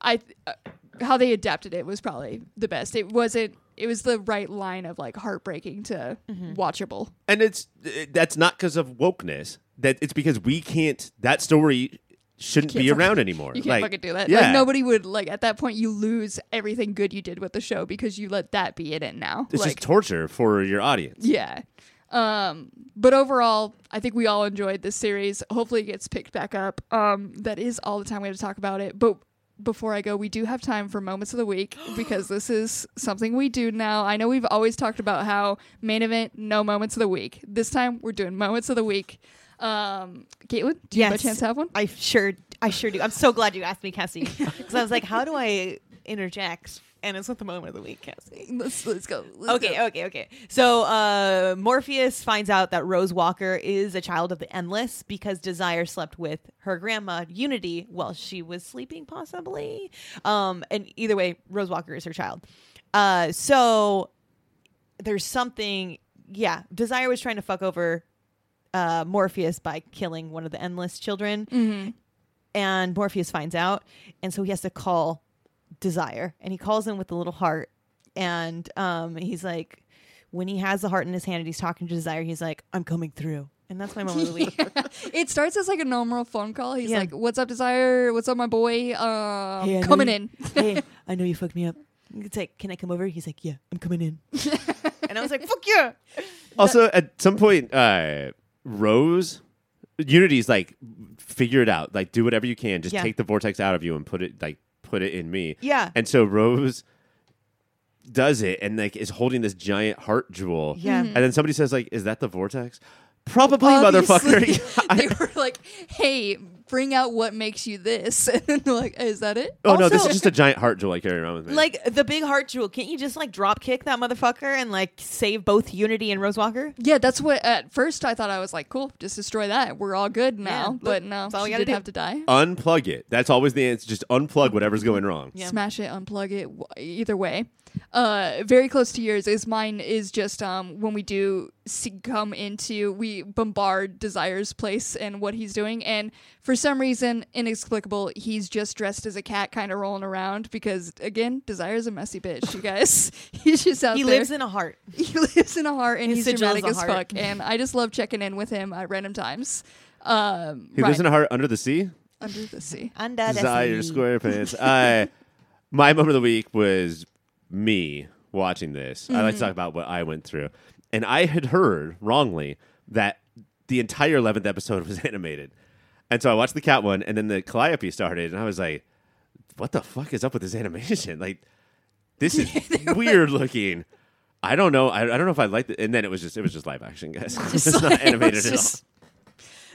I uh, how they adapted it was probably the best. It wasn't. It was the right line of like heartbreaking to watchable.
and it's it- that's not because of wokeness that it's because we can't that story shouldn't
can't
be
fucking-
around anymore
You can't
Like,
fucking do that.
yeah
Like nobody would like at that point. You lose everything good you did with the show because you let that be it in now.
it's
like
just torture for your audience
yeah. Um, but overall, I think we all enjoyed this series. Hopefully, it gets picked back up. Um, that is all the time we have to talk about it. But before I go, we do have time for moments of the week because this is something we do now. I know we've always talked about how main event, no moments of the week. This time, we're doing moments of the week. Um, Caitlin, do you by
Yes.
chance have one?
I sure, I sure do. I'm so glad you asked me, Cassie, because I was like, how do I interject? And it's not the moment of the week, Cassie.
Let's let's go. Let's
Okay,
go.
okay, okay. So uh, Morpheus finds out that Rose Walker is a child of the Endless because Desire slept with her grandma Unity while she was sleeping, possibly. Um, and either way, Rose Walker is her child. Uh, so there's something. Yeah, Desire was trying to fuck over uh, Morpheus by killing one of the Endless children, and Morpheus finds out, and so he has to call Desire, and he calls him with the little heart, and um, he's like, when he has the heart in his hand and he's talking to Desire, he's like, "I'm coming through," and that's my moment of the week.
It starts as like a normal phone call. He's
Yeah.
like, "What's up, Desire? What's up, my boy? Um,
Hey, I know
coming
you-
in."
hey, I know you fucked me up. It's like, can I come over? He's like, yeah, I'm coming in. and I was like, fuck yeah.
Also, at some point, uh, Rose Unity's like figure it out. Like, do whatever you can. Just
Yeah.
take the vortex out of you and put it like put it in me.
Yeah.
And so Rose does it and like is holding this giant heart jewel.
Yeah. Mhm.
Mm-hmm.
And then somebody says like, "Is that the vortex?" Probably,
Obviously,
motherfucker.
they were like, "Hey, bring out what makes you this," and then they're like, "Is that it?"
oh no, this is
Also-
just a giant heart jewel I carry around with me.
Like the big heart jewel, can't you just like drop kick that motherfucker and like save both Unity and Rose Walker?
Yeah, that's what. At first, I thought I was like, "Cool, just destroy that. We're all good
Yeah,
now."
look,
but no,
that's all we
she
gotta
did
do.
have to die.
unplug it. That's always the answer. Just unplug whatever's going wrong.
Yeah.
smash it unplug it wh- either way uh very close to yours is mine is just um when we do see, come into we bombard desire's place and what he's doing and for some reason inexplicable he's just dressed as a cat kind of rolling around because again desire's a messy bitch you guys he's just out
He
there
lives in a heart.
he lives in a heart and
His
he's
sigil's
dramatic
a
as
heart.
fuck and i just love checking in with him at random times um
He lives
Ryan,
in a heart under the sea.
under the sea
Under the
Desire
sea.
SquarePants. I my moment of the week was me watching this. I like to
Mm-hmm.
talk about what I went through, and I had heard wrongly that the entire eleventh episode was animated, and so I watched the cat one, and then the Calliope started, and I was like, "What the fuck is up with this animation? Like, this is weird looking." I don't know. I, I don't know if I liked it. And then it was just it was just live action, guys. it's
like,
not
it
animated
was
at all.
just-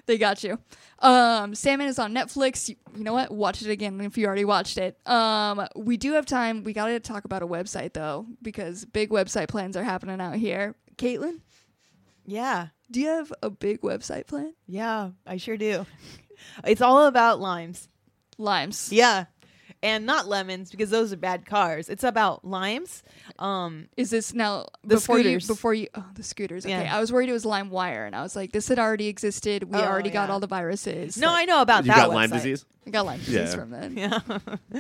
They got you. Um, Salmon is on Netflix. You, you know what? Watch it again if you already watched it. Um, we do have time. We got to talk about a website though, because big website plans are happening out here. Caitlin,
Yeah.
do you have a big website plan?
Yeah, I sure do. it's all about limes.
Limes.
Yeah. And not lemons because those are bad cars. It's about limes. Um,
Is this now
The
before
scooters.
you before you oh the scooters. Okay.
Yeah.
I was worried it was LimeWire and I was like, this had already existed. We
Oh,
already got
yeah.
all the viruses.
no,
Like,
I know about
You
that.
got Lyme
website.
disease.
I got Lyme disease
Yeah.
from that.
Yeah.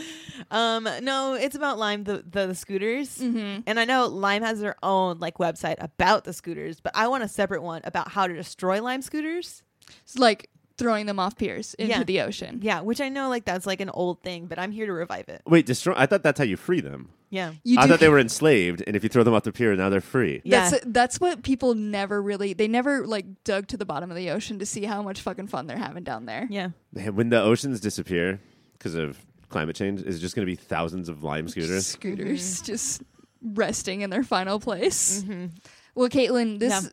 um, no, it's about Lime the the, the scooters, and I know Lime has their own like website about the scooters, but I want a separate one about how to destroy Lime scooters.
It's like throwing them off piers into
Yeah.
the ocean.
Yeah, which I know like that's like an old thing, but I'm here to revive it.
Wait, destroy. I thought that's how you free them.
Yeah.
You
I
do
thought they were enslaved, and if you throw them off the pier, now they're free.
Yeah.
That's that's what people never really they never like dug to the bottom of the ocean to see how much fucking fun they're having down there.
yeah.
Man, When the oceans disappear because of climate change, is it just going to be thousands of lime scooters?
Scooters
Mm-hmm.
just resting in their final place. Well, Caitlin, this
Yeah.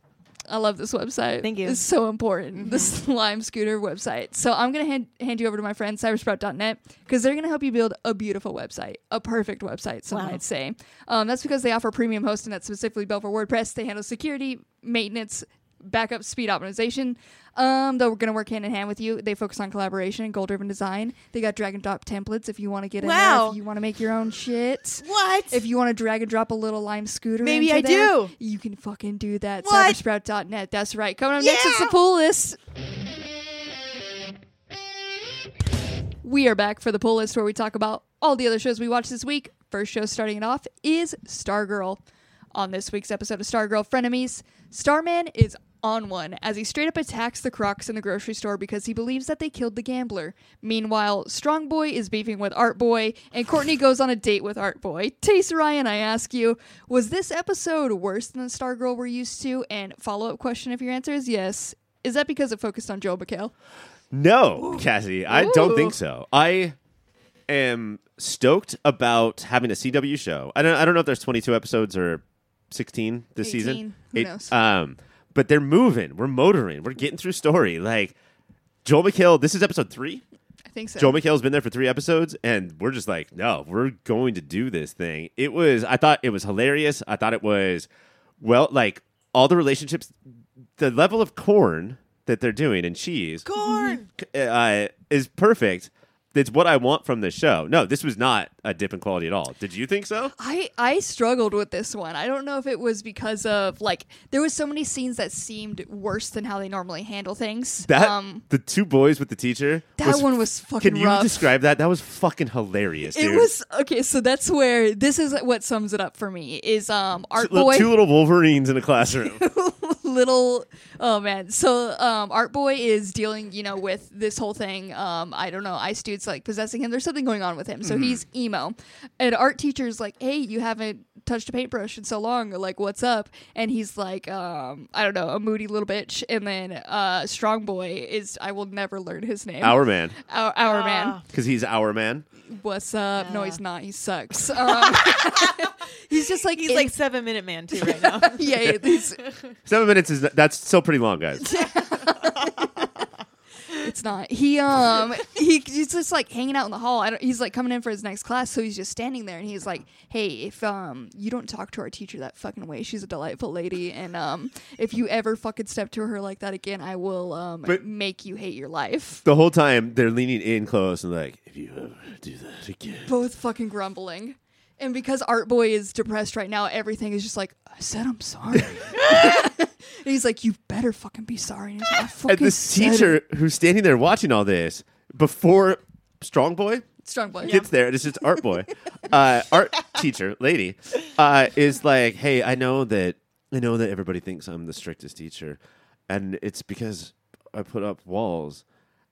I love this website.
Thank you. Mm-hmm.
It's so important. This Lime Scooter website. So I'm gonna hand hand you over to my friend cybersprout.net because they're gonna help you build a beautiful website, a perfect website, some
Wow.
might say. Um, that's because they offer premium hosting that's specifically built for WordPress. They handle security, maintenance. Backup speed optimization. Um, though we're gonna work hand in hand with you. They focus on collaboration and goal driven design. They got drag and drop templates if you want to get in there.
Wow.
If you want to make your own shit.
What?
If you want to drag and drop a little lime scooter,
Maybe
into
I
there,
do.
You can fucking do that.
What?
Cybersprout.net. That's right. Coming up next, it's the
Yeah.
pool list. We are back for the pool list where we talk about all the other shows we watched this week. First show starting it off is Stargirl. On this week's episode of Stargirl Frenemies, Starman is on one as he straight up attacks the Crocs in the grocery store because he believes that they killed the gambler. Meanwhile, Strong Boy is beefing with Art Boy, and Courtney goes on a date with Art Boy. Taste Ryan, I ask you, was this episode worse than the Stargirl we're used to? And follow up question if your answer is yes, is that because it focused on Joel McHale?
No, Cassie, I don't
Ooh.
think so. I am stoked about having a CW show. I don't, I don't know if there's 22 episodes or 16 this
18.
season.
Who knows?
Um, but they're moving. We're motoring. We're getting through story. Like Joel McHale, this is episode three.
I think so.
Joel McHale's been there for three episodes, and we're just like, no, we're going to do this thing. It was, I thought it was hilarious. I thought it was, well, like all the relationships, the level of corn that they're doing and cheese
Corn.
uh, is perfect. It's what I want from this show. No, this was not a dip in quality at all. Did you think so?
I I struggled with this one. I don't know if it was because of like there was so many scenes that seemed worse than how they normally handle things.
That the two boys with the teacher.
Um, That one was fucking
Can you
rough.
describe that? That was fucking hilarious.
it
dude.
was okay. So that's where this is what sums it up for me is um
Two
art
little-
boy
two little Wolverines in a classroom.
little oh man so um art boy is dealing you know with this whole thing um i don't know ice dude's like possessing him there's something going on with him so he's emo and art teacher's like hey you haven't touched a paintbrush in so long like what's up and he's like um i don't know a moody little bitch and then uh strong boy is i will never learn his name
our man,
our, our
Ah.
man
because he's our man.
what's up no
Yeah.
he's not he sucks um, he's just like
He's
in-
like seven minute man too right now.
yeah he's,
Seven minutes is that's still pretty long, guys.
It's not. He um he, he's just like hanging out in the hall. I don't, he's like coming in for his next class, so he's just standing there and he's like, "Hey, if um you don't talk to our teacher that fucking way, she's a delightful lady, and um if you ever fucking step to her like that again, I will um
But-
make you hate your life."
The whole time they're leaning in close and like, if you ever do that again.
Both fucking grumbling. And because Art Boy is depressed right now, everything is just like, I said I'm sorry. And he's like, You better fucking be sorry. And he's like, I
And
fucking
this
said it."
teacher who's standing there watching all this before Strong Boy
Strong boy.
gets there, and it's just Art Boy, uh, art teacher lady, uh, is like, hey, I know that I know that everybody thinks I'm the strictest teacher, and it's because I put up walls,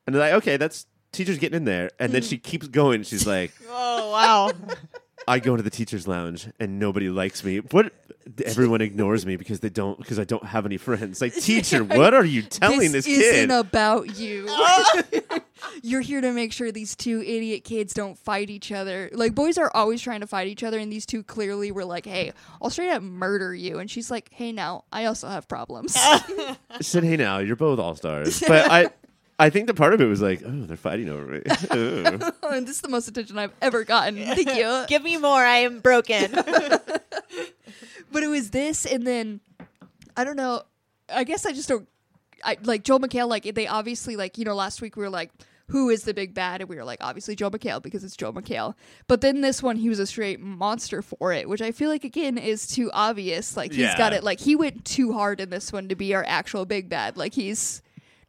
and they're like, okay, that's teacher's getting in there, and then she keeps going. She's like,
oh wow.
I go into the teachers' lounge and nobody likes me. What? Everyone ignores me because they don't because I don't have any friends. Like, teacher, what are you telling this,
isn't
kid?
about you. You're here to make sure these two idiot kids don't fight each other. Like boys are always trying to fight each other, and these two clearly were like, "Hey, I'll straight up murder you." And she's like, "Hey, now I also have problems."
Said, hey, now you're both all stars. But I, I think the part of it was like, oh, they're fighting over me. Ooh.
and this is the most attention I've ever gotten. Thank you.
Give me more. I am broken.
but it was this, and then I don't know. I guess I just don't. I like Joel McHale. Like they obviously like you know last week we were like. Who is the big bad? And we were like, obviously Joe McHale because it's Joe McHale. But then this one, he was a straight monster for it, which I feel like again is too obvious. Like he's
Yeah.
got it. Like he went too hard in this one to be our actual big bad. Like he's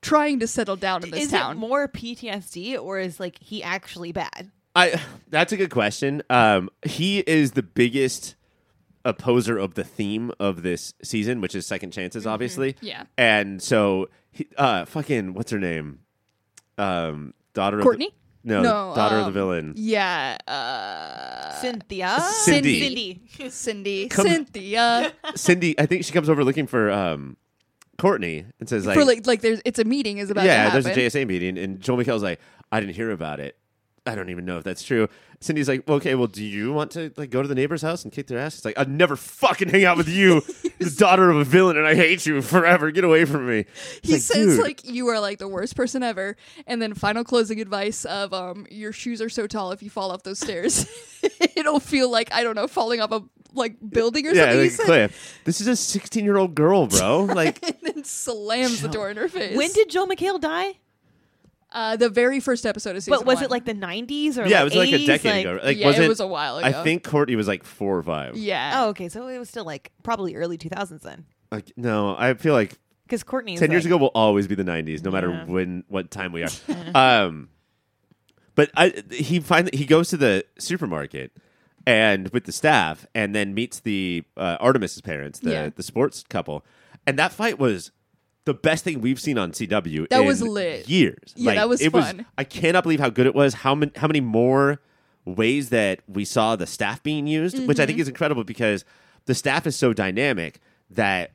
trying to settle down in this
is
town.
it more PTSD or is like he actually bad?
I. That's a good question. Um, he is the biggest opposer of the theme of this season, which is second chances, obviously.
Mm-hmm. Yeah.
And so, he, uh, fucking what's her name? Um, daughter
Courtney?
Of the, no,
No,
daughter
um,
of the villain.
yeah, uh,
Cynthia.
Cindy.
Cindy.
Cindy,
Come-
Cynthia.
Cindy, I think she comes over looking for um, Courtney and says like,
for like, like there's it's a meeting is about
yeah,
to happen.
there's a JSA meeting, and Joel McHale's like, I didn't hear about it. I don't even know if that's true. Cindy's like, well, okay, well, do you want to like go to the neighbor's house and kick their ass? It's like, I'd never fucking hang out with you, the daughter of a villain, and I hate you forever. Get away from me. It's
he says
"Dude."
like you are like the worst person ever and then final closing advice of um your shoes are so tall if you fall off those stairs it'll feel like i don't know falling off a like building or
yeah,
something he
like,
said,
Cliff, this is a 16 year old girl, bro. Like,
and then slams the door in her face
When did Joel McHale die?
uh the very first episode of season
But was
one.
it like the 90s or
yeah, it was like
80s?
a decade ago. Like,
yeah
wasn't,
it was a while ago
I think Courtney was like four or five.
yeah
Oh, okay. So it was still like probably early 2000s then.
Like, no, I feel like
Because Courtney. is,
10 years
like-
ago will always be the 90s no matter
Yeah.
when what time we are um but I, he finally he goes to the supermarket and with the staff and then meets the uh, artemis's parents the,
Yeah.
the sports couple and that fight was the best thing we've seen on CW
That
in
was lit.
years.
Yeah, that was
it
fun.
I cannot believe how good it was. How many how many more ways that we saw the staff being used, which I think
Mm-hmm.
is incredible because the staff is so dynamic that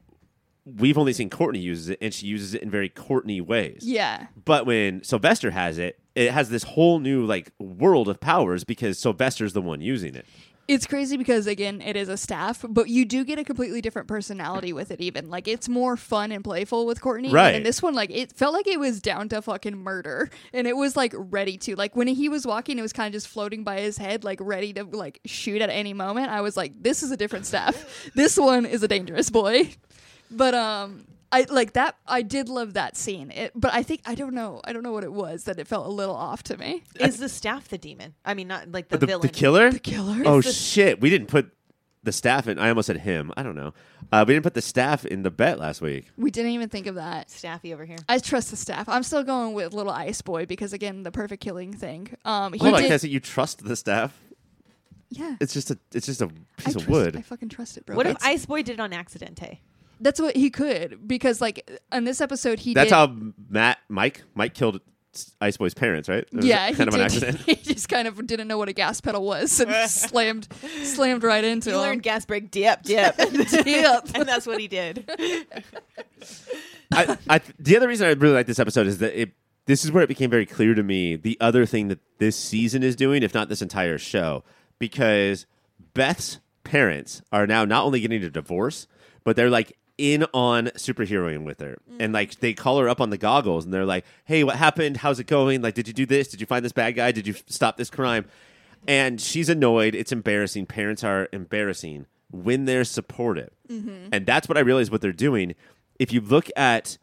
we've only seen Courtney uses it, and she uses it in very Courtney ways.
yeah
But when Sylvester has it, it has this whole new like world of powers because Sylvester's the one using it.
It's crazy because again, it is a staff, but you do get a completely different personality with it. Even like it's more fun and playful with Courtney.
Right.
And this one, like it felt like it was down to fucking murder, and it was like ready to like when he was walking, it was kind of just floating by his head, like ready to like shoot at any moment. I was like, this is a different staff. this one is a dangerous boy. But um. I like that. I did love that scene, it, but I think I don't know. I don't know what it was that it felt a little off to me.
Is the staff the demon? I mean, not like the,
Oh, the,
villain.
the killer?
The killer.
Oh
the-
shit! We didn't put the staff in. I almost said him. I don't know. Uh, we didn't put the staff in the bet last week.
We didn't even think of that.
Staffy over here.
I trust the staff. I'm still going with Little Ice Boy because again, the perfect killing thing. Um, he
Hold on,
did-
Cassie. You trust the staff?
yeah.
It's just a. It's just a
I
piece of
trust-
wood.
I fucking trust it, bro.
What if
That's-
Ice Boy did it on accident? Hey,
That's what he could because, like, in this episode, he
That's
did,
how Matt Mike Mike killed Ice Boy's parents, right? It was
Yeah,
kind of
he
an
did-
accident.
He just kind of didn't know what a gas pedal was and slammed, slammed right into
you
him.
learned gas break dip dip,
Yep.
and that's what he did.
I, I, the other reason I really like this episode is that it. This is where it became very clear to me the other thing that this season is doing, if not this entire show, because Beth's parents are now not only getting a divorce, but they're like in on superheroing with her, and like they call her up on the goggles, and they're like, "Hey, what happened? How's it going? Like, did you do this? Did you find this bad guy? Did you f- stop this crime?" And she's annoyed. It's embarrassing. Parents are embarrassing when they're supportive. And that's what I realized what they're doing. If you look at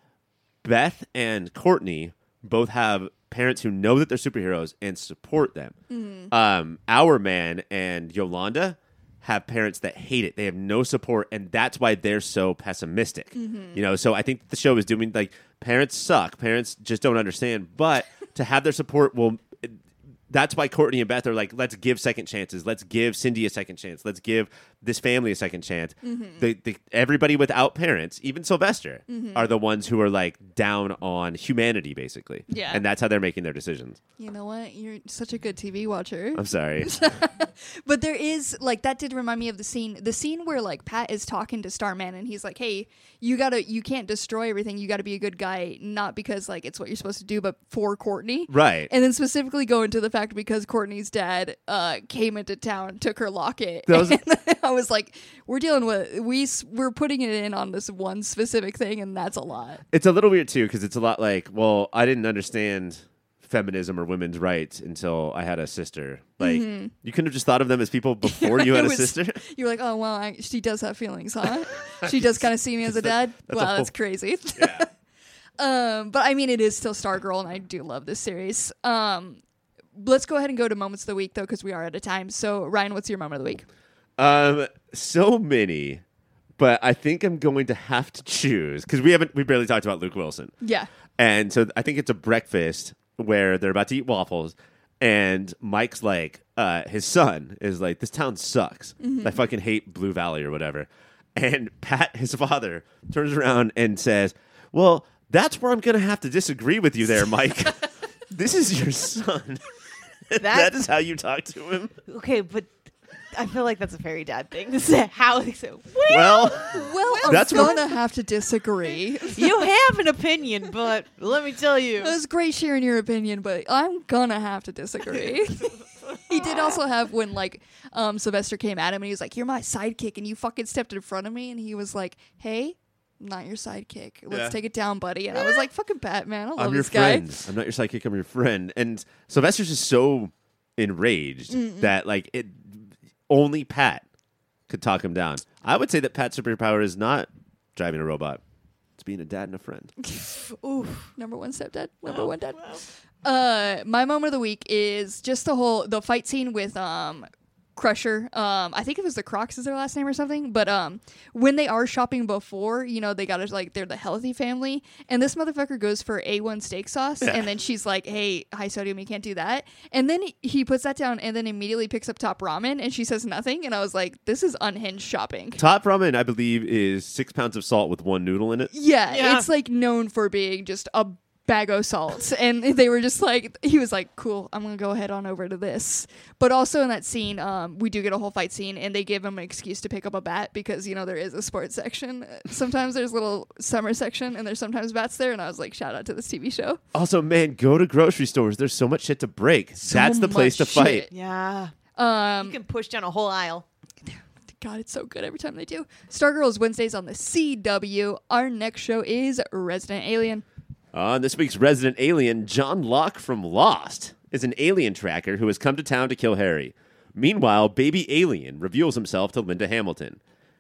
Beth and Courtney both have parents who know that they're superheroes and support them. Um, Our man and Yolanda have parents that hate it. They have no support, and that's why they're so pessimistic. You know, so I think the show is doing like parents suck. Parents just don't understand, but to have their support will. That's why Courtney and Beth are like, let's give second chances. Let's give Cindy a second chance. Let's give this family a second chance. The, the, everybody without parents, even Sylvester, are the ones who are like down on humanity, basically.
Yeah.
And that's how they're making their decisions.
You know what? You're such a good TV watcher.
I'm sorry.
But there is like that did remind me of the scene the scene where like Pat is talking to Starman and he's like, Hey, you gotta you can't destroy everything, you gotta be a good guy, not because like it's what you're supposed to do, but for Courtney.
Right.
And then specifically go into the fact because Courtney's dad uh came into town, took her locket.
That was-
and I was like, We're dealing with we s- we're putting it in on this one specific thing and that's a lot.
it's a little weird too because it's a lot like well i didn't understand feminism or women's rights until i had a sister like you couldn't have just thought of them as people before you had
Mm-hmm. It
a
was-
sister
You're like, Oh well, I, she does have feelings, huh? she does kinda see me as a dad.
that's a
wow, that's
whole-
crazy.
yeah
Um, but I mean, it is still Stargirl, and I do love this series. Um, let's go ahead and go to moments of the week, though, because we are out of time. So, Ryan, what's your moment of the week?
um so many but i think i'm going to have to choose because we haven't we barely talked about luke wilson
Yeah.
And so I think it's a breakfast where they're about to eat waffles, and Mike's like, uh, his son is like, this town sucks. I fucking hate Blue Valley or whatever. And Pat, his father, turns around and says, Well, that's where I'm going to have to disagree with you there, Mike. this is your son. that is how you talk to him.
Okay, but I feel like that's a very dad thing to say. How? So, well,
Well,
Well, I'm
That's what-
gonna have to disagree. it
you have an opinion, but let me tell you.
was great sharing your opinion, but I'm gonna have to disagree. he did also have when like um, Sylvester came at him, and he was like, "You're my sidekick, and you fucking stepped in front of me," and he was like, "Hey." Not your sidekick. Let's
Yeah.
take it down, buddy. And I was like, "Fucking Batman, I love
I'm your
this guy."
friend. I'm not your psychic. I'm your friend. And Sylvester's just so enraged that like it only Pat could talk him down. I would say that Pat's superpower is not driving a robot. It's being a dad and a friend.
Ooh, number one stepdad, number one dad. Uh, my moment of the week is just the whole the fight scene with um Crusher. Um, I think it was the Crocs is their last name or something. But um, when they are shopping before, you know, they got to like they're the healthy family, and this motherfucker goes for a one steak sauce, and then she's like, "Hey, high sodium, you can't do that." And then he puts that down, and then immediately picks up top ramen, and she says nothing, and I was like, "This is unhinged shopping."
Top ramen, I believe, is six pounds of salt with one noodle in it.
Yeah,
Yeah.
it's like known for being just a bag of salts. And they were just like, he was like, cool, I'm going to go head on over to this. But also in that scene, um, we do get a whole fight scene and they give him an excuse to pick up a bat because, you know, there is a sports section. Sometimes there's a little summer section and there's sometimes bats there. And I was like, shout out to this TV show.
Also, man, go to grocery stores. There's so much shit to break. That's the place to
much
fight.
shit.
Yeah. You
Um,
can push down a whole aisle.
God, it's so good every time they do. Stargirls Wednesdays on the CW. Our next show is Resident Alien.
On Uh, this week's Resident Alien, John Locke from Lost is an alien tracker who has come to town to kill Harry. Meanwhile, baby alien reveals himself to Linda Hamilton.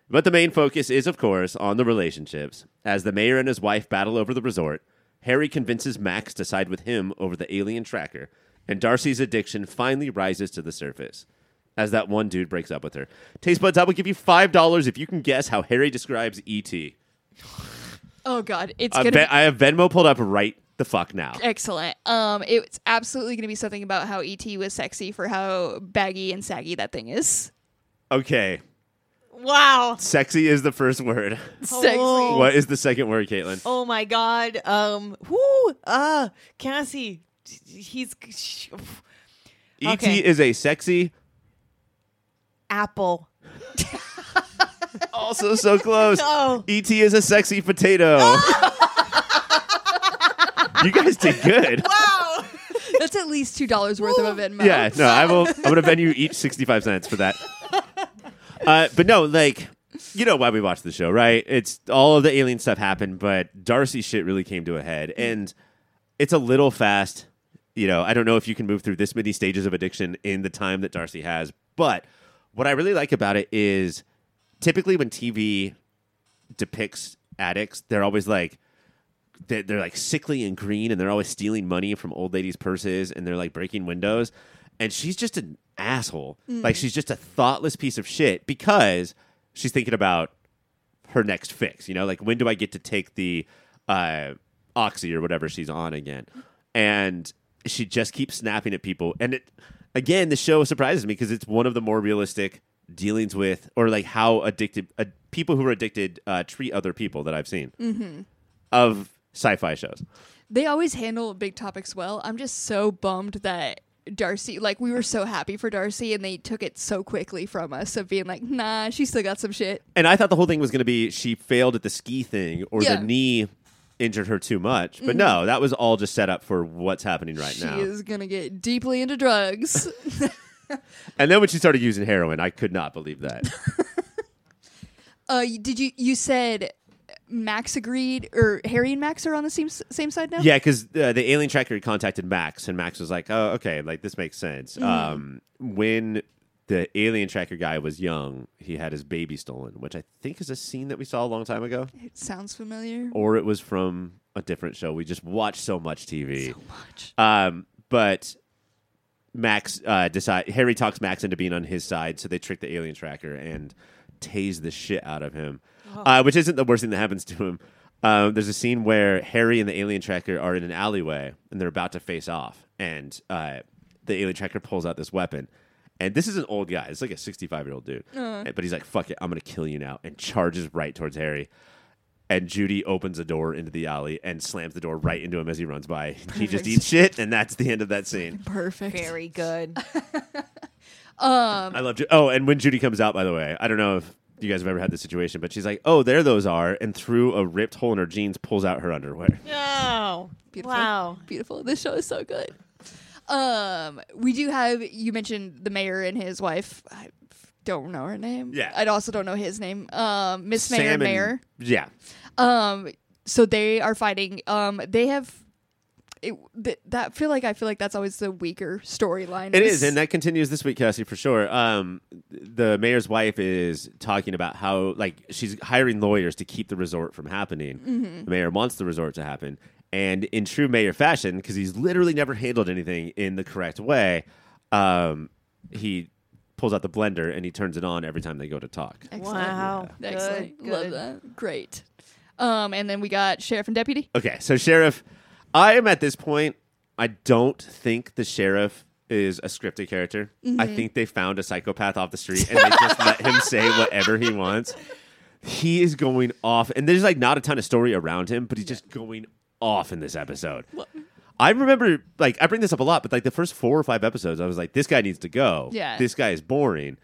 But the main focus is, of course, on the relationships. As the mayor and his wife battle over the resort, Harry convinces Max to side with him over the alien tracker, and Darcy's addiction finally rises to the surface. As that one dude breaks up with her. Taste Buds, I will give you $5 if you can guess how Harry describes E E.T.
Oh God, it's
I,
gonna
bet-
be
I have Venmo pulled up right the fuck now.
excellent. Um, it's absolutely gonna be something about how ET was sexy for how baggy and saggy that thing is.
Okay.
Wow.
Sexy is the first word.
Sexy.
Oh.
What is the second word, Caitlin?
Oh my God. Um. Whoo. Uh. Cassie. He's
E.T.
okay.
E is a sexy.
apple.
Also, so close.
No.
E.T. is a sexy potato. you guys did good.
Wow.
That's at least two dollars worth of a Venmo.
Yeah, no, I will. I'm gonna venue each 65 cents for that. Uh, but no, like, you know why we watch the show, right? It's all of the alien stuff happened, but Darcy shit really came to a head, and it's a little fast. You know, I don't know if you can move through this many stages of addiction in the time that Darcy has, but what I really like about it is typically when TV depicts addicts, they're always like they're, they're like sickly and green, and they're always stealing money from old ladies' purses, and they're like breaking windows. And she's just an asshole. Like she's just a thoughtless piece of shit because she's thinking about her next fix. You know, like when do I get to take the uh, oxy or whatever she's on again? And she just keeps snapping at people. And it again, the show surprises me because it's one of the more realistic dealings with or like how addicted uh, people who are addicted uh, treat other people that I've seen of sci-fi shows.
They always handle big topics well. I'm just so bummed that Darcy, like, we were so happy for Darcy, and they took it so quickly from us of being like, nah, she still got some shit.
And I thought the whole thing was going to be she failed at the ski thing or
Yeah. Mm-hmm.
the knee injured her too much. But no, that was all just set up for what's happening right
she
now.
is gonna get deeply into drugs.
And then when she started using heroin, I could not believe that.
uh, you- did you? You said Max agreed, or Harry and Max are on the same s- same side now.
Yeah, because uh, the alien tracker contacted Max, and Max was like, "Oh, okay, like this makes sense."
Mm-hmm.
Um, when the alien tracker guy was young, he had his baby stolen, which I think is a scene that we saw a long time ago,
It sounds familiar.
or it was from a different show. We just watch so much TV.
So much.
Um, but Max uh, decide Harry talks Max into being on his side, so they trick the alien tracker and tase the shit out of him, uh, which isn't the worst thing that happens to him. Um, there's a scene where Harry and the alien tracker are in an alleyway and they're about to face off, and uh, the alien tracker pulls out this weapon. And this is an old guy. It's like a 65 year old dude. But he's like, fuck it, I'm going to kill you now. And charges right towards Harry. And Judy opens a door into the alley and slams the door right into him as he runs by. He just
Perfect.
eats shit, and that's the end of that scene.
Perfect.
Very good.
Um,
I love Ju- Oh, and when Judy comes out, by the way, I don't know if you guys have ever had this situation, but she's like, oh, there those are. And through a ripped hole in her jeans, pulls out her underwear.
Oh.
Beautiful.
Wow.
Beautiful. This show is so good. Um, we do have you mentioned the mayor and his wife. I f- don't know her name.
Yeah.
I also don't know his name. Um, Miss Mayor
Sam
and
and-
Mayor.
Yeah.
Um, so they are fighting. Um, they have. It, th- that feel like I feel like that's always the weaker storyline.
It is, and that continues this week, Cassie, for sure. Um, the mayor's wife is talking about how, like, she's hiring lawyers to keep the resort from happening. The mayor wants the resort to happen, and in true mayor fashion, because he's literally never handled anything in the correct way, um, he pulls out the blender and he turns it on every time they go to talk.
Wow. Good,
Excellent. Love
good.
that. Great. Um, and then we got sheriff and deputy.
Okay, so sheriff, I am at this point. I don't think the sheriff is a scripted character. I think they found a psychopath off the street and they just let him say whatever he wants. He is going off, and there's like not a ton of story around him, but he's just going off in this episode. I remember, like, I bring this up a lot, but like the first four or five episodes, I was like, this guy needs to go.
Yeah.
This guy is boring.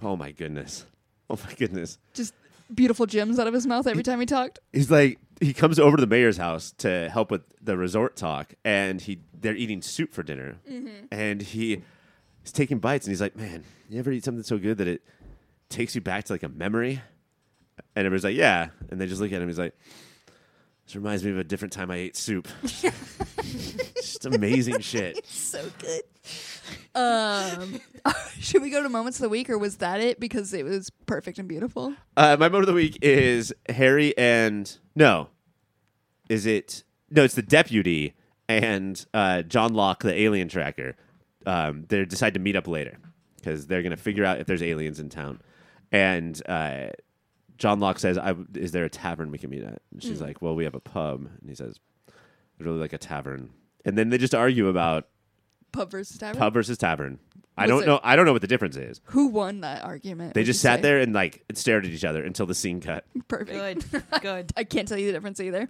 Oh my goodness. Oh my goodness.
Just beautiful gems out of his mouth every time he talked.
He's like he comes over to the mayor's house to help with the resort talk, and he they're eating soup for dinner, and he he's taking bites and he's like, "Man, you ever eat something so good that it takes you back to like a memory?" And everybody's like, "Yeah," and they just look at him. He's like, "This reminds me of a different time I ate soup." just amazing shit.
so good.
Um, should we go to moments of the week, or was that it? Because it was perfect and beautiful.
Uh, my moment of the week is Harry and no, is it no? It's the deputy and uh, John Locke, the alien tracker. Um, they decide to meet up later because they're going to figure out if there's aliens in town. And uh, John Locke says, I, "Is there a tavern we can meet at?" And she's
Mm.
like, "Well, we have a pub." And he says, "I'd really like a tavern." And then they just argue about
Pub versus tavern.
pub versus tavern. I
Was
don't
it-
know. I don't know what the difference is.
Who won that argument?
They
would
just
you
sat
say?
there and like stared at each other until the scene cut.
Perfect.
Good. Good.
I can't tell you the difference either.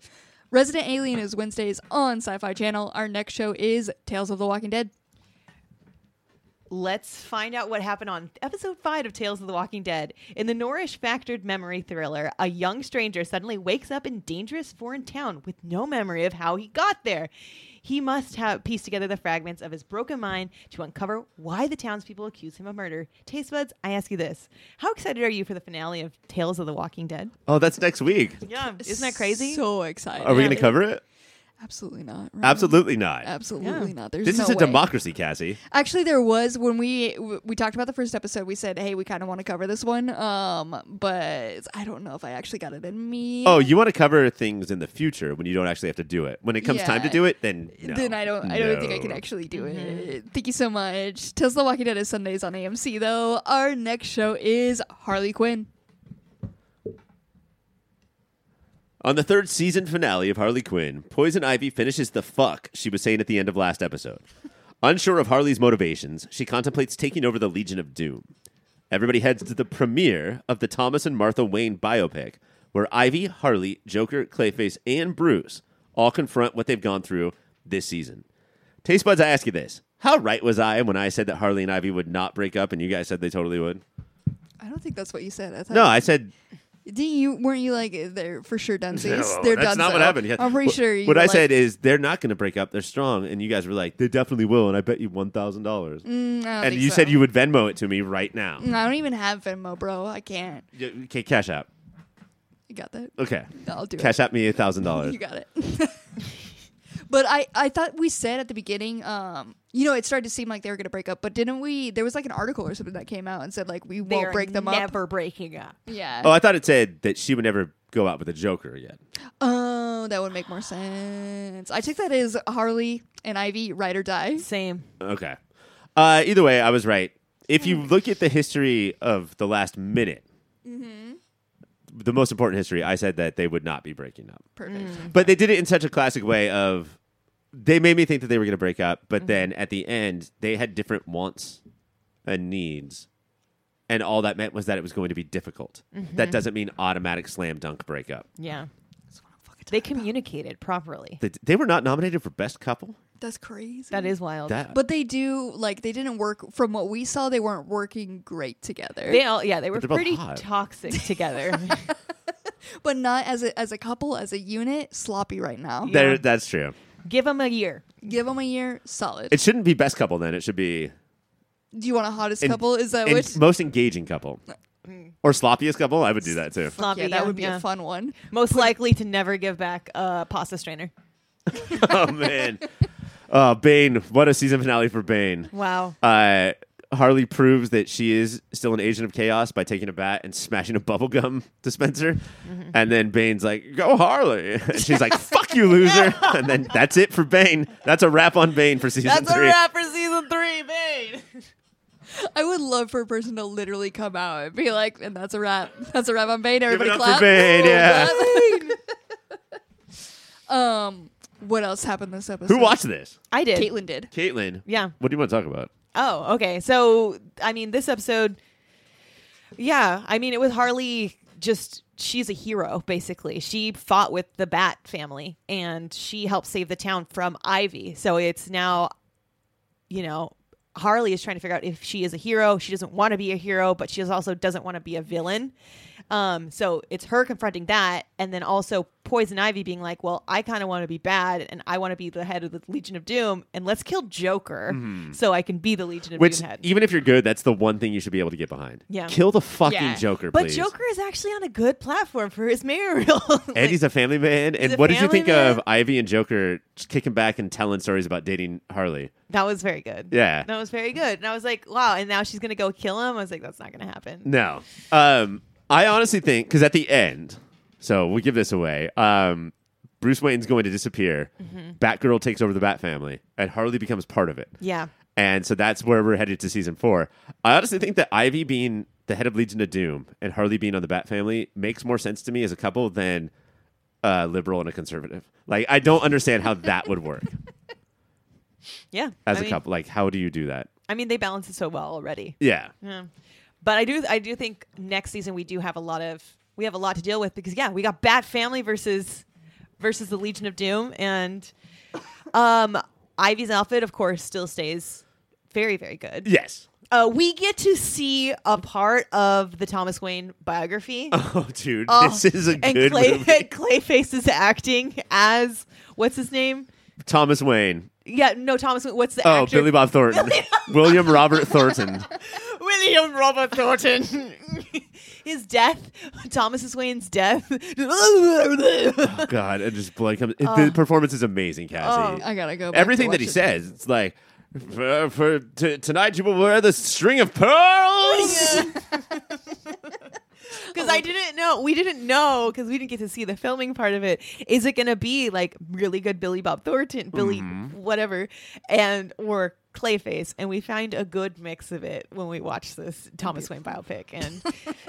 Resident Alien is Wednesdays on Sci-Fi Channel. Our next show is Tales of the Walking Dead.
Let's find out what happened on episode five of Tales of the Walking Dead. In the Norrish factored memory thriller, a young stranger suddenly wakes up in dangerous foreign town with no memory of how he got there. He must have pieced together the fragments of his broken mind to uncover why the townspeople accuse him of murder. Taste buds, I ask you this: How excited are you for the finale of Tales of the Walking Dead?
Oh, that's next week.
Yeah, isn't that crazy?
So excited.
Are we
Yeah.
going to cover it?
Absolutely not. Ryan.
Absolutely not.
Absolutely
Yeah.
not. There's
This
no
is a
way.
democracy, Cassie.
Actually, there was when we we talked about the first episode. We said, "Hey, we kind of want to cover this one," um, but I don't know if I actually got it in me.
Oh, you want to cover things in the future when you don't actually have to do it. When it comes time to
Yeah.
do it, then no.
Then I don't. I don't think I can
No.
actually do
Mm-hmm.
it. Thank you so much. Tales of the Walking Dead is Sundays on AMC. Though our next show is Harley Quinn.
On the third season finale of Harley Quinn, Poison Ivy finishes the fuck she was saying at the end of last episode. Unsure of Harley's motivations, she contemplates taking over the Legion of Doom. Everybody heads to the premiere of the Thomas and Martha Wayne biopic, where Ivy, Harley, Joker, Clayface, and Bruce all confront what they've gone through this season. Taste buds, I ask you this. How right was I when I said that Harley and Ivy would not break up and you guys said they totally would?
I don't think that's what you said. I thought
No, I said
Didn't you? Weren't you like they're for sure dunsies?
No,
they're
that's not
dunzo."
what happened. Yeah.
I'm pretty
What-
sure. You
what
were
I
like, "Mm,
said is they're not going to break up. They're strong, and you guys were like, they definitely will, and I bet you one thousand dollars.
"Mm, I don't
And
think
you
so."
said you would Venmo it to me right now.
"Mm, I don't even have Venmo, bro. I can't.
Yeah, Okay, cash app.
You got that?
Okay,
I'll do it.
cash app me a thousand dollars.
You got it. but I, I thought we said at the beginning, um, you know, it started to seem like they were going to break up, but didn't we? There was like an article or something that came out and said like we
They
won't
are
break them up.
never breaking up.
Yeah.
Oh, I thought it said that she would never go out with a Joker again.
Oh, that would make more sense. I took that as Harley and Ivy ride or die.
Same.
Okay. Uh, either way, I was right. If you look at the history of the last minute,
Mm-hmm.
the most important history, I said that they would not be breaking up.
Perfect.
But they did it in such a classic way of they made me think that they were going to break up, but then at the end they had different wants and needs. And all that meant was that it was going to be difficult. That doesn't mean automatic slam dunk breakup.
Yeah,
That's what I'm fucking
they
talking about.
communicated properly.
They, they were not nominated for best couple.
That's crazy.
That is wild.
That
But they do like they didn't work from what we saw. They weren't working great together,
They all, yeah, they were
they're both
pretty
hot.
toxic together.
but not as a as a couple, as a unit. Sloppy right now.
Yeah.
there that's true.
Give them a year.
Give them a year, solid.
It shouldn't be best couple then. It should be
do you want a hottest
en-
couple? Is that
en-
which?
most engaging couple or sloppiest couple. I would do that too.
Fuck yeah,
Sloppy,
that would be
yeah.
a fun one.
Most likely to never give back a pasta strainer.
oh man, oh Bane, what a season finale for Bane.
Wow.
uh, Harley proves that she is still an agent of chaos by taking a bat and smashing a bubblegum dispenser.
Mm-hmm.
And then Bane's like, Go Harley. And she's like, Fuck you, loser. And then that's it for Bane. That's a wrap on Bane for season
That's a
three.
wrap for season three, babe.
I would love for a person to literally come out and be like, "And that's a wrap. That's a wrap on Bane."
Give it
Everybody
up
clap.
for Bane. Yeah.
um, what else happened this episode?
Who watched this?
I did.
Caitlin did.
Caitlin.
Yeah.
What do you want to talk about?
Oh, okay. So, I mean, this episode, yeah, I mean, it was Harley just, she's a hero, basically. She fought with the Bat family and she helped save the town from Ivy. So it's now, you know, Harley is trying to figure out if she is a hero. She doesn't want to be a hero, but she also doesn't want to be a villain. Um, so it's her confronting that and then also Poison Ivy being like, "Well, I kind of want to be bad, and I want to be the head of the Legion of Doom, and let's kill Joker so I can be the Legion of
Which,
Doom head."
even if you're good, that's the one thing you should be able to get behind.
Yeah.
Kill the fucking
Yeah.
Joker,
but
please.
Joker is actually on a good platform for his mayoral.
And
Like,
he's a family man. And
a
what did you
family
think of
man.
Ivy and Joker just kicking back and telling stories about dating Harley?
that was very good.
Yeah.
that was very good. And I was like, "Wow!" And now she's gonna go kill him. I was like, "That's not gonna happen."
No. Um, I honestly think because at the end, so we'll give this away. Um, Bruce Wayne's going to disappear. Batgirl takes over the Bat family, and Harley becomes part of it.
Mm-hmm. Yeah,
And so that's where we're headed to season four. I honestly think that Ivy being the head of Legion of Doom and Harley being on the Bat family makes more sense to me as a couple than a liberal and a conservative. Like, I don't understand how that would work
yeah.
as
a
a couple. Like, how do you do that?
I mean, they balance it so well already.
Yeah.
Yeah. But I do I do think next season we do have a lot of we have a lot to deal with because yeah, we got Bat Family versus versus the Legion of Doom and um Ivy's outfit of course still stays very very good.
Yes.
Uh, we get to see a part of the Thomas Wayne biography.
Oh, dude,
Oh,
this is a
and
good
Clay,
movie.
Clayface is acting as what's his name?
Thomas Wayne.
Yeah, no, Thomas. Wayne- What's the
Oh,
actor?
Billy Bob Thornton. William Robert Thornton.
William Robert Thornton. His death, Thomas Wayne's death. oh,
God, and just blood comes. the performance is amazing, Cassie.
I gotta go. Back to
Everything that he
watch it.
says, it's like, for, for t- tonight you will wear the string of pearls.
Because I didn't know, we didn't know, because we didn't get to see the filming part of it. Is it going to be like really good Billy Bob Thornton, Billy whatever, and or Clayface? And we find a good mix of it when we watch this Thomas Wayne biopic. And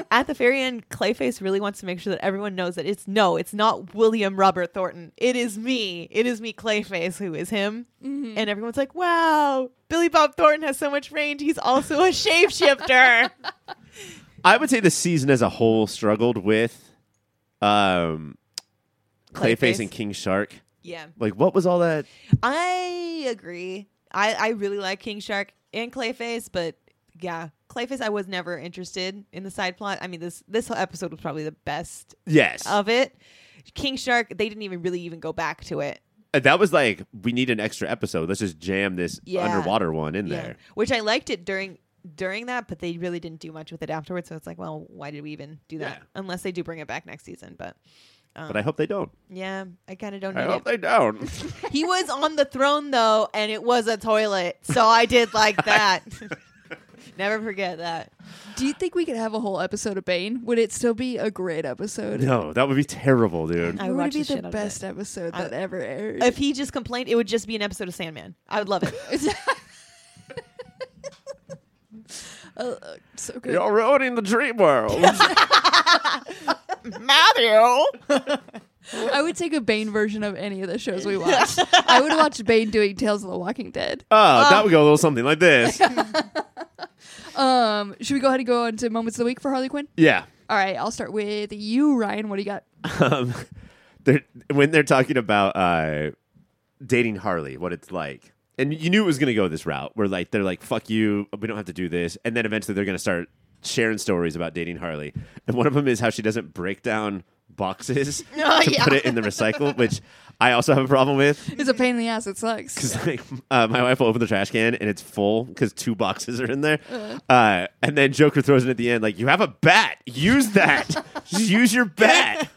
at the very end, Clayface really wants to make sure that everyone knows that it's no, it's not William Robert Thornton. It is me. It is me, Clayface, who is him. And everyone's like, wow, Billy Bob Thornton has so much range. He's also a shapeshifter.
I would say the season as a whole struggled with um, Clayface,
Clayface.
and King Shark.
yeah.
Like, what was all that?
I agree. I, I really like King Shark and Clayface, but yeah, Clayface I was never interested in the side plot. I mean this this whole episode was probably the best
Yes.
of it. King Shark, they didn't even really even go back to it.
that was like, we need an extra episode. Let's just jam this
Yeah.
underwater one in there.
Which I liked it during during that, but they really didn't do much with it afterwards. So it's like, well, why did we even do that?
Yeah.
Unless they do bring it back next season. But
But I hope they don't.
yeah, I kind of don't
I
need
hope
it.
they don't.
he was on the throne though, and it was a toilet. So I did like that. never forget that.
Do you think we could have a whole episode of Bane? Would it still be a great episode?
no, that would be terrible, dude.
I
it would
watched
be
the shit
the
out of
best episode that ever aired.
If he just complained, it would just be an episode of Sandman. I would love it.
Oh, uh, so good.
You're ruining the dream world.
Matthew.
I would take a Bane version of any of the shows we watched. I would watch Bane doing Tales of the Walking Dead.
Oh, that would go a little something like this.
Um, should we go ahead and go on to moments of the week for Harley Quinn?
yeah.
All right, I'll start with you, Ryan. What do you got?
Um, they're, when they're talking about uh, dating Harley, what it's like. And you knew it was going to go this route where like they're like, fuck you, we don't have to do this. And then eventually they're going to start sharing stories about dating Harley. And one of them is how she doesn't break down boxes
Oh,
to
yeah.
put it in the recycle, which I also have a problem with.
It's a pain in the ass. It sucks.
because like, uh, my wife will open the trash can and it's full because two boxes are in there. Uh, and then Joker throws it at the end like, "You have a bat. Use that. Just use your bat.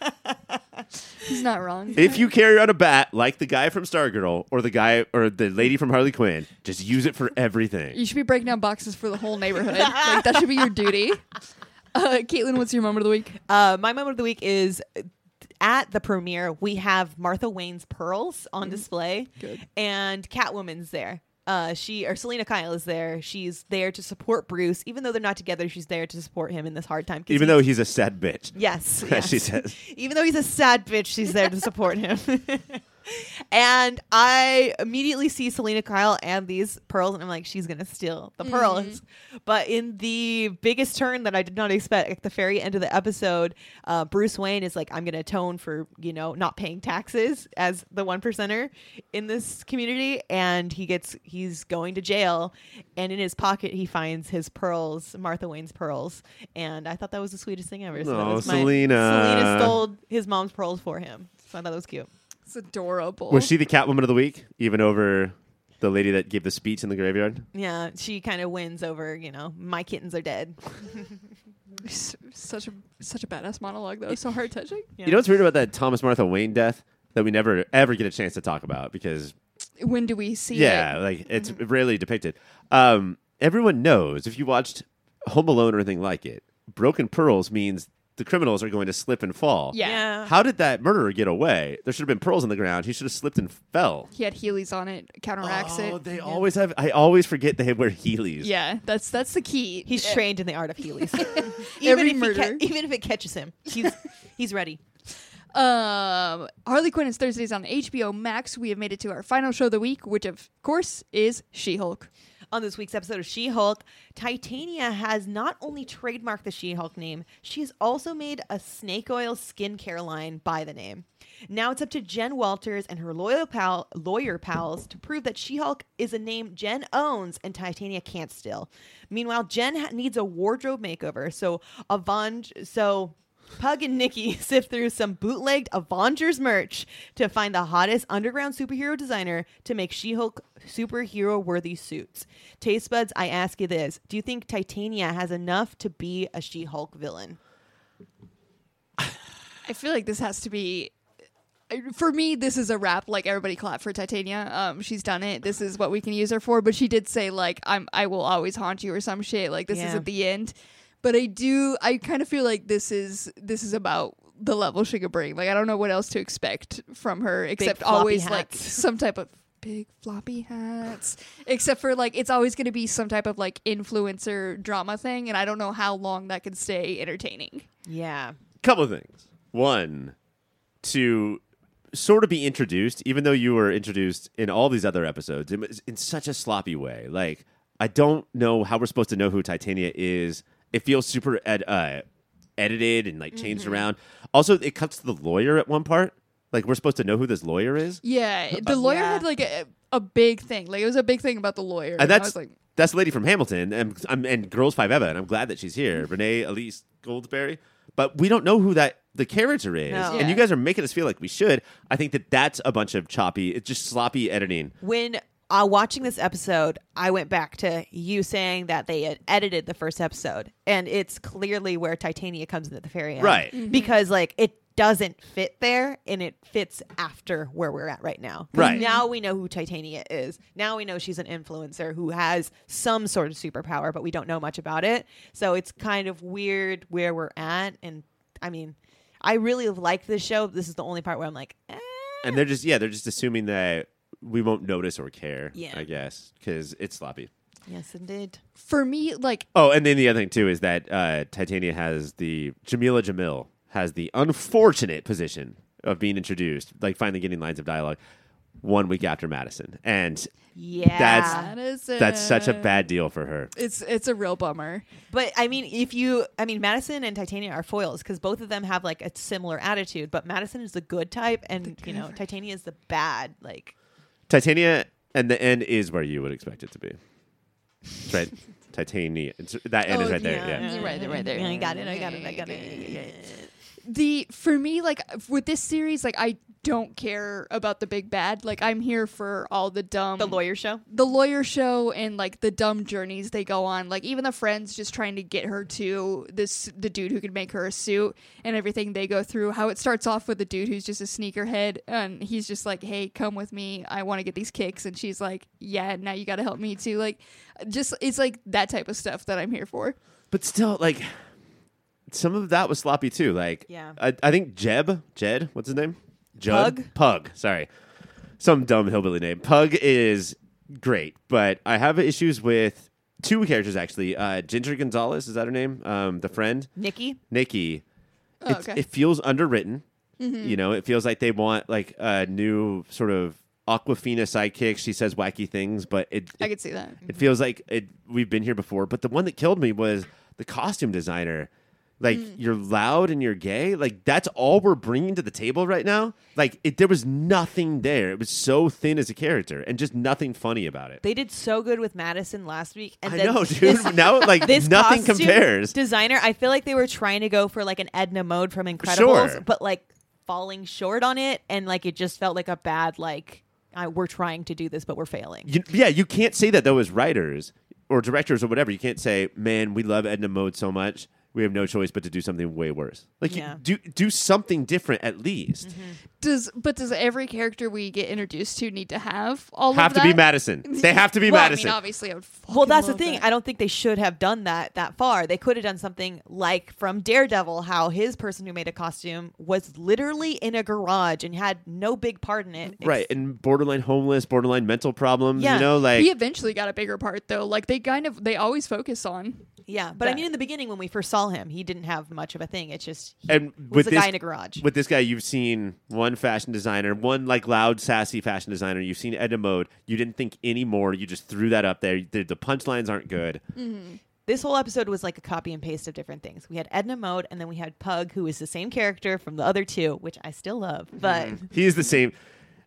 He's not wrong.
If you carry around a bat, like the guy from Stargirl or the guy or the lady from Harley Quinn, just use it for everything."
You should be breaking down boxes for the whole neighborhood. like that should be your duty. Uh, Caitlin, what's your moment of the week?
Uh, my moment of the week is uh, at the premiere. We have Martha Wayne's pearls
Mm-hmm.
on display,
Good.
and Catwoman's there. Uh, she or Selena Kyle is there. She's there to support Bruce, even though they're not together. She's there to support him in this hard time. 'cause
Even
he-
though he's a sad bitch,
yes,
as she
yes.
says.
even though he's a sad bitch, she's there to support him. and I immediately see Selena Kyle and these pearls, and I'm like, she's gonna steal the pearls. But in the biggest turn that I did not expect at the very end of the episode, uh, Bruce Wayne is like, I'm gonna atone for you know not paying taxes as the one percenter in this community, and he gets he's going to jail, and in his pocket he finds his pearls, Martha Wayne's pearls, and I thought that was the sweetest thing ever. So that
Aw,
was my-
Selena.
Selena stole sold his mom's pearls for him. So I thought that was cute.
It's adorable.
Was she the Catwoman of the week, even over the lady that gave the speech in the graveyard?
Yeah, she kind of wins over, you know, my kittens are dead.
S- such a such a badass monologue though. So heart touching.
Yeah.
You know what's weird about that Thomas Martha Wayne death that we never ever get a chance to talk about because
When do we see
yeah,
it? Mm-hmm.
like it's rarely depicted. Um, everyone knows if you watched Home Alone or anything like it, broken pearls means the criminals are going to slip and fall.
Yeah.
Yeah.
How did that murderer get away? There should have been pearls on the ground. He should have slipped and fell.
He had Heelys on it, counteracts
Oh,
it.
they always have. I always forget they wear Heelys.
Yeah, that's that's the key. Uh,
He's
Yeah.
trained in the art of Heelys.
Every
if he
murder.
ca- even if it catches him, he's he's ready.
Um, Harley Quinn is Thursdays on HBO Max. We have made it to our final show of the week, which of course is She Hulk.
On this week's episode of She Hulk, Titania has not only trademarked the She Hulk name, she's also made a snake oil skincare line by the name. Now it's up to Jen Walters and her loyal pal, lawyer pals to prove that She Hulk is a name Jen owns and Titania can't steal. Meanwhile, Jen ha- needs a wardrobe makeover, so Avenge, so Pug and Nikki sift through some bootlegged Avengers merch to find the hottest underground superhero designer to make She Hulk superhero worthy suits. Taste buds, I ask you this Do you think Titania has enough to be a She Hulk villain?
I feel like this has to be. uh, For me, this is a wrap. Like everybody clap for Titania. Um, she's done it. This is what we can use her for. But she did say like, "I'm I will always haunt you" or some shit. Like this
Yeah.
is at the end. But I do. I kind of feel like this is this is about the level she could bring. Like I don't know what else to expect from her except
floppy
always like
hats.
some type of big floppy hats. Except for like it's always going to be some type of like influencer drama thing, and I don't know how long that can stay entertaining.
Yeah.
couple of things. One, to sort of be introduced, even though you were introduced in all these other episodes, in, in such a sloppy way. Like, I don't know how we're supposed to know who Titania is. It feels super ed- uh, edited and like changed around. Also, it cuts to the lawyer at one part. Like, we're supposed to know who this lawyer is.
Yeah, the lawyer
Yeah.
had like a, a big thing. Like it was a big thing about the lawyer.
And
I
that's
was like,
that's the lady from Hamilton and, I'm, and Girls Five Eva, and I'm glad that she's
Mm-hmm.
here, Renee Elise Goldsberry. But we don't know who that the character is,
No.
and
Yeah.
you guys are making us feel like we should. I think that that's a bunch of choppy, it's just sloppy editing.
When uh, watching this episode, I went back to you saying that they had edited the first episode, and it's clearly where Titania comes in at the very end.
Right.
Because, like, it doesn't fit there and it fits after where we're at right now. 'Cause
Right.
Now we know who Titania is. Now we know she's an influencer who has some sort of superpower, but we don't know much about it. So it's kind of weird where we're at. And I mean, I really like this show. This is the only part where I'm like, eh.
And they're just yeah, they're just assuming that we won't notice or care.
Yeah.
I guess because it's sloppy.
yes, indeed.
for me, like
Oh, and then the other thing too is that uh, Titania has the Jamila Jamil has the unfortunate position of being introduced, like finally getting lines of dialogue, one week after Madison, and
Yeah.
That's-
that is
That's such a
it.
bad deal for her.
It's it's a real bummer.
But I mean, if you, I mean, Madison and Titania are foils because both of them have like a similar attitude. But Madison is the good type, and you know, Titania is the bad. Like,
Titania and the end is where you would expect it to be. It's Right? Titania. It's, that end is right there. Oh, Yeah.
You're right there, right there.
uh, I got it. I got it. I got it.
The for me, like with this series, like I don't care about the big bad. Like I'm here for all the dumb
The lawyer show.
the lawyer show and like the dumb journeys they go on like even the friends just trying to get her to this the dude who could make her a suit and everything they go through how it starts off with the dude who's just a sneakerhead and he's just like hey come with me i want to get these kicks and she's like yeah now you got to help me too like just it's like that type of stuff that i'm here for
But still, like, some of that was sloppy too. Like,
Yeah.
I, I think Jeb, Jed, what's his name? Judd?
Pug?
Pug. Sorry. Some dumb hillbilly name. Pug is great, but I have issues with two characters actually. Uh, Ginger Gonzalez, is that her name? Um, the friend.
Nikki.
Nikki,
Oh,
it's-
okay.
it feels underwritten. You know, it feels like they want like a new sort of Aquafina sidekick. She says wacky things, but it
i
it,
could see that
it feels like it, we've been here before. But the one that killed me was the costume designer. Like you're loud and you're gay. Like that's all we're bringing to the table right now. Like it, there was nothing there. It was so thin as a character, and just nothing funny about it.
They did so good with Madison last week, and
I
then
know, dude. now like
This
nothing
costume
compares.
Designer, I feel like they were trying to go for like an Edna mode from Incredibles, but like falling short on it, and like it just felt like a bad like I, we're trying to do this but we're failing.
You, yeah, you can't say that though as writers or directors or whatever. You can't say, "Man, we love Edna Mode so much, we have no choice but to do something way worse." Like,
Yeah.
you, do do something different at least.
Mm-hmm. Does but does every character we get introduced to need to have all
Have
of
to
that?
be Madison. They have to be
Well,
Madison.
I mean, obviously, I would.
Well,
fucking
that's the
love
thing.
that.
I don't think they should have done that that far. They could have done something like from Daredevil, how his person who made a costume was literally in a garage and had no big part in it.
right, and borderline homeless, borderline mental problems.
Yeah.
You know, like
he eventually got a bigger part though. Like they kind of they always focus on.
Yeah, but I
That-
mean, in the beginning when we first saw him, he didn't have much of a thing. It's just he
and with
was a
this
guy in a garage.
with this guy, you've seen one fashion designer, one like loud, sassy fashion designer. You've seen Edna Mode. You didn't think any more. You just threw that up there. The, the punchlines aren't good.
this whole episode was like a copy and paste of different things. We had Edna Mode, and then we had Pug, who is the same character from the other two, which I still love.
Mm-hmm.
But
He is the same.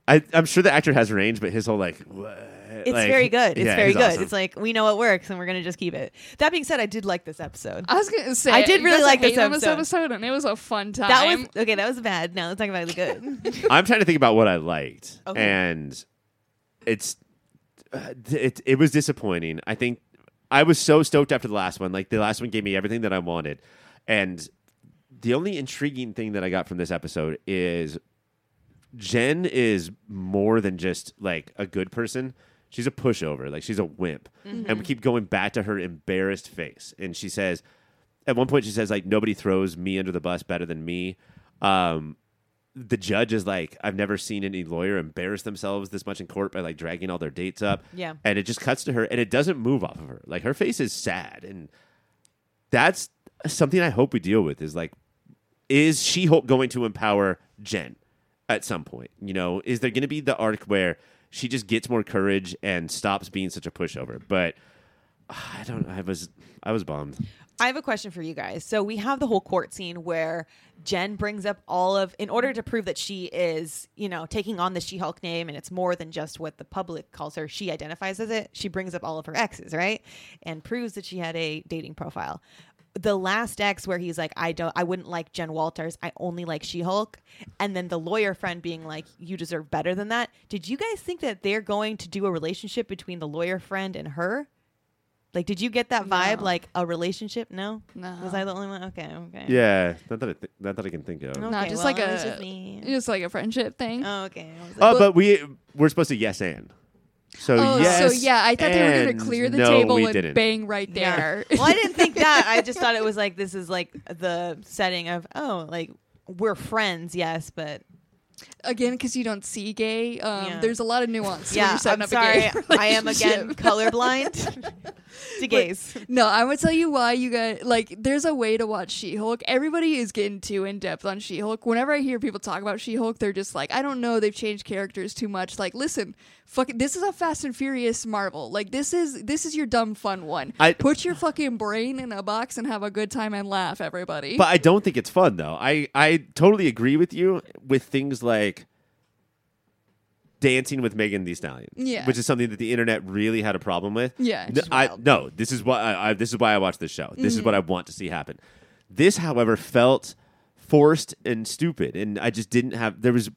I, I'm sure the actor has range, but his whole like, what?
it's
like-
very good. It's
Yeah,
very
he's
good.
awesome.
It's like we know what works, and we're gonna just keep it. That being said, I did like this episode.
I was gonna say
I did
you
really
guys
like this
hate on this
episode.
episode, and it was a fun time.
That was okay. That was bad. Now let's talk about the good.
I'm trying to think about what I liked,
Okay.
and it's uh, it it was disappointing. I think I was so stoked after the last one. Like the last one gave me everything that I wanted, and the only intriguing thing that I got from this episode is Jen is more than just like a good person. She's a pushover. Like she's a wimp. And we keep going back to her embarrassed face. And she says, at one point, she says, like, nobody throws me under the bus better than me. Um, the judge is like, I've never seen any lawyer embarrass themselves this much in court by like dragging all their dates up.
Yeah.
And it just cuts to her and it doesn't move off of her. Like her face is sad. And that's something I hope we deal with is like, is She Hulk going to empower Jen at some point? You know, is there going to be the arc where she just gets more courage and stops being such a pushover? But I don't. I was I was bummed.
I have a question for you guys. So we have the whole court scene where Jen brings up all of in order to prove that she is, you know, taking on the She-Hulk name and it's more than just what the public calls her. She identifies as it. She brings up all of her exes, right? And proves that she had a dating profile. The last ex where he's like, I don't I wouldn't like Jen Walters. I only like She-Hulk. And then the lawyer friend being like, You deserve better than that. Did you guys think that they're going to do a relationship between the lawyer friend and her? Like, did you get that vibe?
No.
Like a relationship? No.
No.
Was I the only one? Okay. Okay.
Yeah, not that I th- not that I can think of.
No.
not
okay,
just
well,
like
it was
a
just me.
just like a friendship thing.
Oh, okay. I was like,
Oh, but we we're supposed to yes and. So
Oh,
yes.
so yeah, I thought they were going
and
to clear the
no,
table
we
and
didn't.
bang right there.
well, I didn't think that. I just thought it was like this is like the setting of oh, like we're friends, yes, but
again, because you don't see gay. Um,
Yeah.
There's a lot of nuance. when
yeah.
you're setting
I'm
up a
sorry.
gay
I am again
relationship.
colorblind to gays.
No, I would tell you why you guys like. There's a way to watch She-Hulk. Everybody is getting too in depth on She-Hulk. Whenever I hear people talk about She-Hulk, they're just like, I don't know. They've changed characters too much. Like, listen, fuck. This is a Fast and Furious Marvel. Like, this is this is your dumb fun one.
I-
Put your fucking brain in a box and have a good time and laugh, everybody.
But I don't think it's fun though. I I totally agree with you with things like dancing with Megan Thee Stallion,
Yeah.
which is something that the internet really had a problem with.
Yeah,
N-
it's
I no. This is why I, I this is why I watch this show. This is what
Mm-hmm.
I want to see happen. This, however, felt forced and stupid, and I just didn't have. There was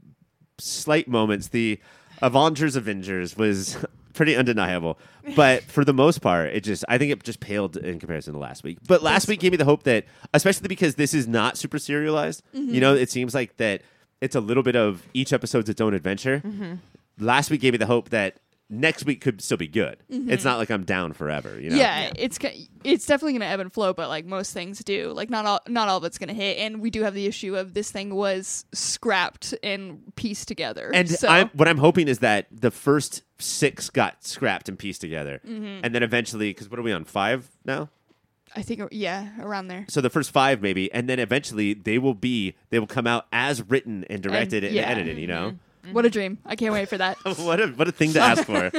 slight moments. The Avengers Avengers was pretty undeniable, but for the most part, it just I think it just paled in comparison to last week. But last week gave me the hope that, especially because this is not super serialized,
Mm-hmm.
you know, it seems like that it's a little bit of each episode's its own adventure.
Mm-hmm.
Last week gave me the hope that next week could still be good. It's not like I'm down forever, you
Mm-hmm.
know.
yeah, it's ca- it's definitely going to ebb and flow, but like most things do, like not all not all of it's going to hit. And we do have the issue of this thing was scrapped and pieced together.
And
so,
I'm, what I'm hoping is that the first six got scrapped and pieced together,
Mm-hmm.
and then eventually, because what are we on five now?
I think yeah, around there.
So the first five maybe, and then eventually they will be they will come out as written and directed and,
yeah.
edited. You know,
What
Mm-hmm.
a dream! I can't wait for that.
what a what a thing to ask for.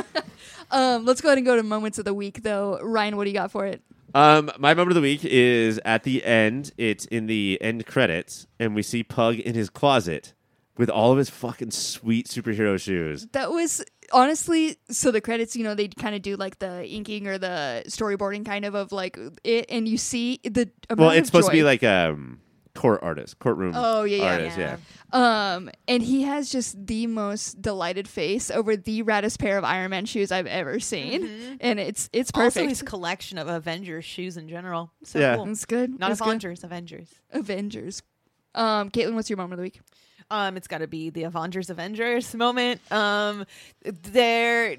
um, let's go ahead and go to moments of the week, though. Ryan, what do you got for it?
Um, my moment of the week is at the end. It's in the end credits, and we see Pug in his closet with all of his fucking sweet superhero shoes.
That was honestly so the credits, you know, they kind of do like the inking or the storyboarding kind of of like it, and you see the amount
Well, it's
of
supposed to
joy.
be like um, court artist, courtroom.
Oh, yeah, yeah.
artist, yeah.
Yeah.
Um, and he has just the most delighted face over the raddest pair of Iron Man shoes I've ever seen,
Mm-hmm.
and it's it's perfect.
Also, his collection of Avengers shoes in general. So
Yeah.
cool.
it's good.
Not
It's good.
Avengers, Avengers.
Avengers. Um, Caitlin, what's your moment of the week?
Um, it's got to be the Avengers Avengers moment. Um, there,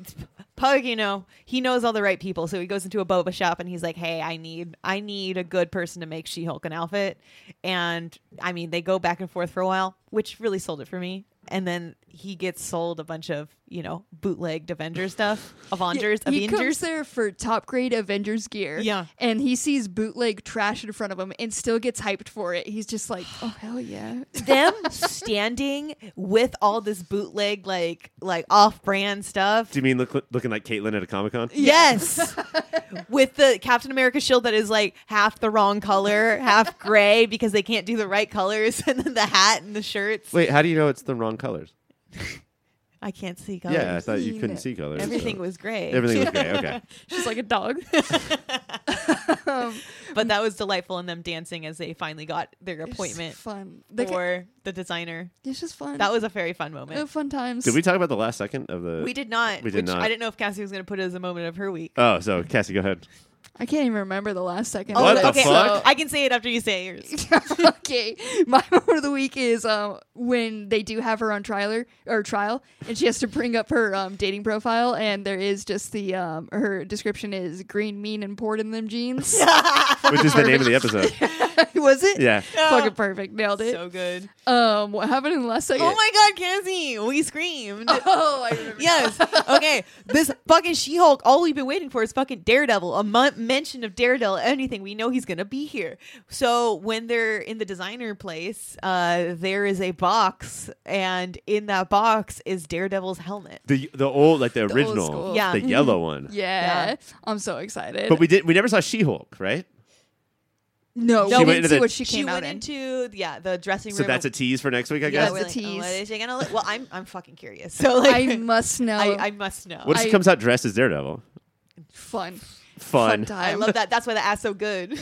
Pug, you know, he knows all the right people, so he goes into a boba shop and he's like, "Hey, I need, I need a good person to make She-Hulk an outfit." And I mean, they go back and forth for a while, which really sold it for me. And then he gets sold a bunch of, you know, bootlegged Avengers stuff, Avengers,
Yeah, he comes
Avengers.
there for top grade Avengers gear.
Yeah.
And he sees bootleg trash in front of him and still gets hyped for it. He's just like, oh, hell yeah.
Them standing with all this bootleg, like, like off-brand stuff.
Do you mean look, looking like Caitlyn at a comic con?
Yes. With the Captain America shield that is like half the wrong color, half gray because they can't do the right colors, and then the hat and the shirts.
Wait, how do you know it's the wrong colors?
I can't see colors.
Yeah, I thought you
Seen
couldn't see colors. so-
Everything was gray.
everything was gray. Okay,
She's like a dog. um,
But that was delightful in them dancing as they finally got their
it's
appointment
fun. The,
for the designer.
it's just fun.
That was a very fun
Uh,
moment.
fun times.
did we talk about the last second of the?
We did not.
We did
which
not.
I didn't know if Cassie was going to put it as a moment of her week.
Oh, so Cassie, go ahead.
I can't even remember the last second.
What
of
the
it,
Oh, okay,
fuck?
I can say it after you say yours.
okay, my moment of the week is um, when they do have her on trial or trial, and she has to bring up her um, dating profile, and there is just the um, her description is green, mean, and poured in them jeans.
Which is the name of the episode?
Was it?
Yeah.
Fucking perfect, nailed it.
Oh, so good.
um, what happened in the last second?
Oh my God, Cassie, we screamed.
Oh, I remember.
Yes. Okay. this fucking She-Hulk. All we've been waiting for is fucking Daredevil. A mon- mention of Daredevil. Anything. We know he's gonna be here. So when they're in the designer place, uh, there is a box, and in that box is Daredevil's helmet.
The the old like the
old
original,
school. Mm-hmm.
Yeah.
the
Mhm.
yellow one.
Yeah,
Yeah.
I'm so excited.
But we did. We never saw She Hulk, right?
no,
She
we
went
didn't
into
see
the-
what she came
she
out
went
in.
into yeah the dressing
So
room.
that's a tease for next week, I
yeah,
That's
guess.
we're
a
like, "Oh,
tease.
What is she gonna look? Well, I'm I'm fucking curious. So like,
I must know.
I, I must know.
What if she
I-
comes out dressed as Daredevil?
fun.
Fun.
I
time.
love that. That's why the ass so good.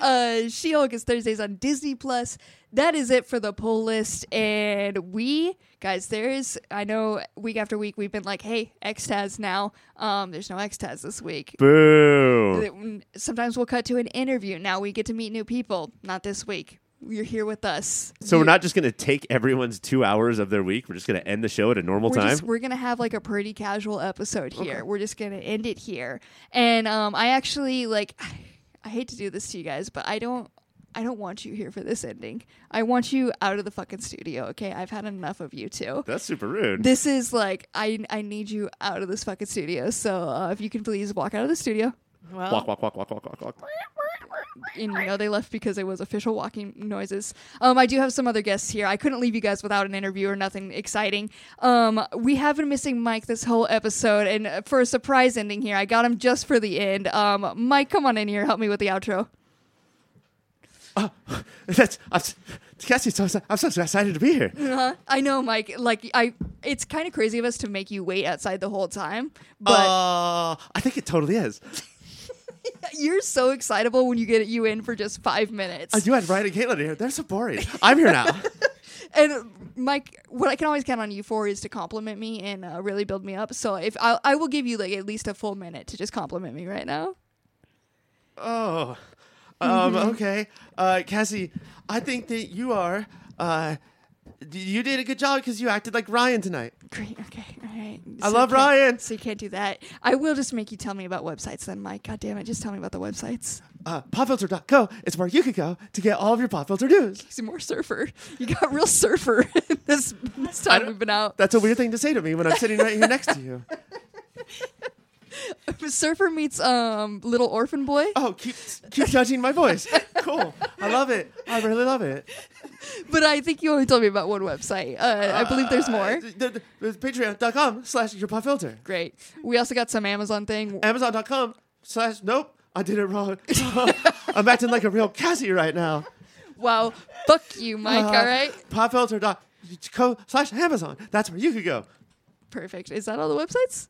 uh, She Hulk is Thursdays on Disney Plus. That is it for the poll list, and we guys, there is. I know week after week we've been like, "Hey, Xtaz now." Um, there's no Xtaz this week.
Boo.
Sometimes we'll cut to an interview. Now we get to meet new people. Not this week. You're here with us.
So we're not just gonna take everyone's two hours of their week. We're just gonna end the show at a normal
we're
time.
Just, we're gonna have like a pretty casual episode here. We're just gonna end it here. And um, I actually like, I hate to do this to you guys, but I don't, I don't want you here for this ending. I want you out of the fucking studio. Okay, I've had enough of you two.
That's super rude.
This is like, I I need you out of this fucking studio. So uh, if you can please walk out of the studio.
well,
Walk, walk, walk, walk, walk, walk, walk.
And you know they left because it was official walking noises. Um, I do have some other guests here. I couldn't leave you guys without an interview or nothing exciting. Um, we have been missing Mike this whole episode, and uh, for a surprise ending here, I got him just for the end. Um, Mike, come on in here, help me with the outro.
That's I'm, s- Cassie. So, so- I'm so excited to be here.
Uh-huh. I know, Mike. Like I, it's kind of crazy of us to make you wait outside the whole time, but
Uh, I think it totally is.
you're so excitable when you get you in for just five minutes.
I do Uh, had Ryan and Caitlin here. They're so boring. I'm here now.
and uh, Mike, what I can always count on you for is to compliment me and uh, really build me up. So if I, I will give you like at least a full minute to just compliment me right now.
Oh, um,
Mm-hmm.
okay. Uh, Cassie, I think that you are. Uh, d- you did a good job because you acted like Ryan tonight.
Great. Okay. All right.
I
So
love
you can't-
Ryan.
So you can't do that. I will just make you tell me about websites then, Mike. God damn it. Just tell me about the websites.
Uh, popfilter.co is where you could go to get all of your pop filter news.
He's more surfer. You got real surfer this, this time
don't-
we've been out.
That's a weird thing to say to me when I'm sitting right here next to you.
surfer meets um little orphan boy.
Oh, keep keep judging my voice. Cool. I love it. I really love it.
But I think you only told me about one website. Uh, I believe there's more.
Uh, th- th- th- Patreon.com slash your pop filter.
Great. We also got some Amazon thing.
Amazon.com slash nope. I did it wrong. I'm acting like a real Cassie right now.
Wow. Fuck you, Mike.
Uh,
all right.
Popfilter.co slash Amazon. That's where you could go.
Perfect. Is that all the websites?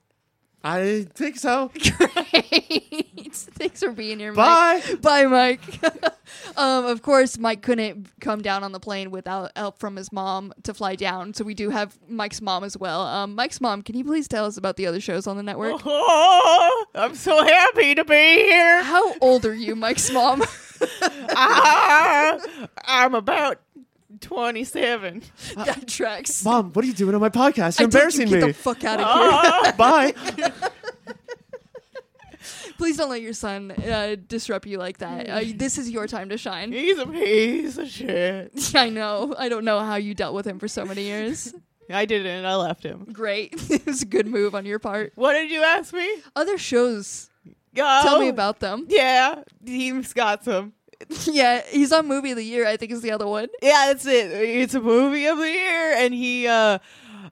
I think so.
Great. Thanks for being here,
Bye.
Mike. Bye, Mike. um, of course, Mike couldn't come down on the plane without help from his mom to fly down. So we do have Mike's mom as well. Um, Mike's mom, can you please tell us about the other shows on the network?
Oh, I'm so happy to be here.
How old are you, Mike's mom?
Ah, I'm about 27.
that tracks.
Mom, what are you doing on my podcast?
I
You're
told you,
embarrassing
Get
me.
the fuck out of here.
Ah.
Bye.
Please don't let your son uh, disrupt you like that. Uh, this is your time to shine.
He's a piece of shit.
I know. I don't know how you dealt with him for so many years.
I didn't. I left him.
Great. it was a good move on your part.
What did you ask me?
Other shows,
Go.
tell me about them.
Yeah, Dean got some.
yeah, he's on Movie of the Year, I think is the other one.
Yeah, that's it. It's a movie of the year, and he. uh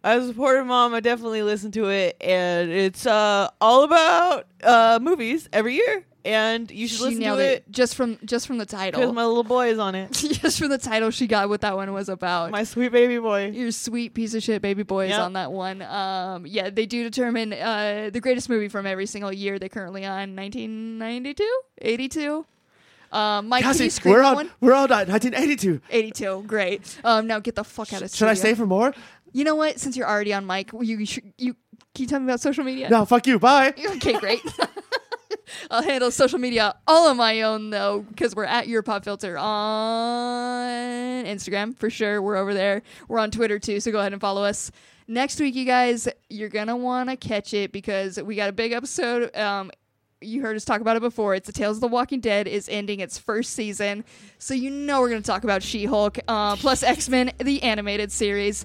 As a supportive mom, I definitely listen to it, and it's uh all about uh movies every year, and you should listen to it
just from just from the title.
because my little boy is on it.
just from the title, she got what that one was about.
My sweet baby boy.
your sweet piece of shit baby boy is
Yep.
on that one. Um, yeah, they do determine uh, the greatest movie from every single year. They're currently on 1992, 82. Um, Mike, can
Cassie,
you scream
we're
that
on.
one?
We're on uh, 1982.
82, great. Um, now get the fuck out of
Should I
studio.
stay for more?
You know what? Since you're already on Mike, you you, should- you can you tell me about social media?
No, fuck you. Bye.
Okay, great. I'll handle social media all on my own though, because we're at your pop filter on Instagram for sure. We're over there. We're on Twitter too, so go ahead and follow us. Next week, you guys, you're gonna wanna catch it because we got a big episode. Um, you heard us talk about it before. It's the Tales of the Walking Dead is ending its first season, so you know we're gonna talk about She-Hulk, uh, plus X-Men, the animated series.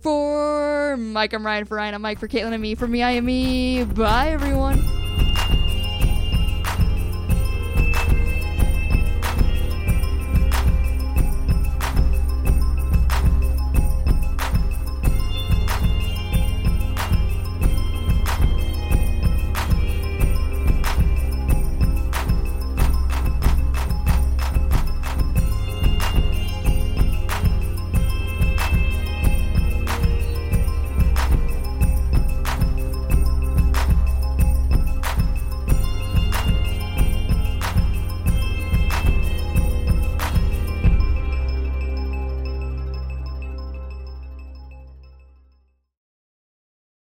For Mike, I'm Ryan. For Ryan, I'm Mike. For Caitlin and me. For me, I am me. Bye, everyone.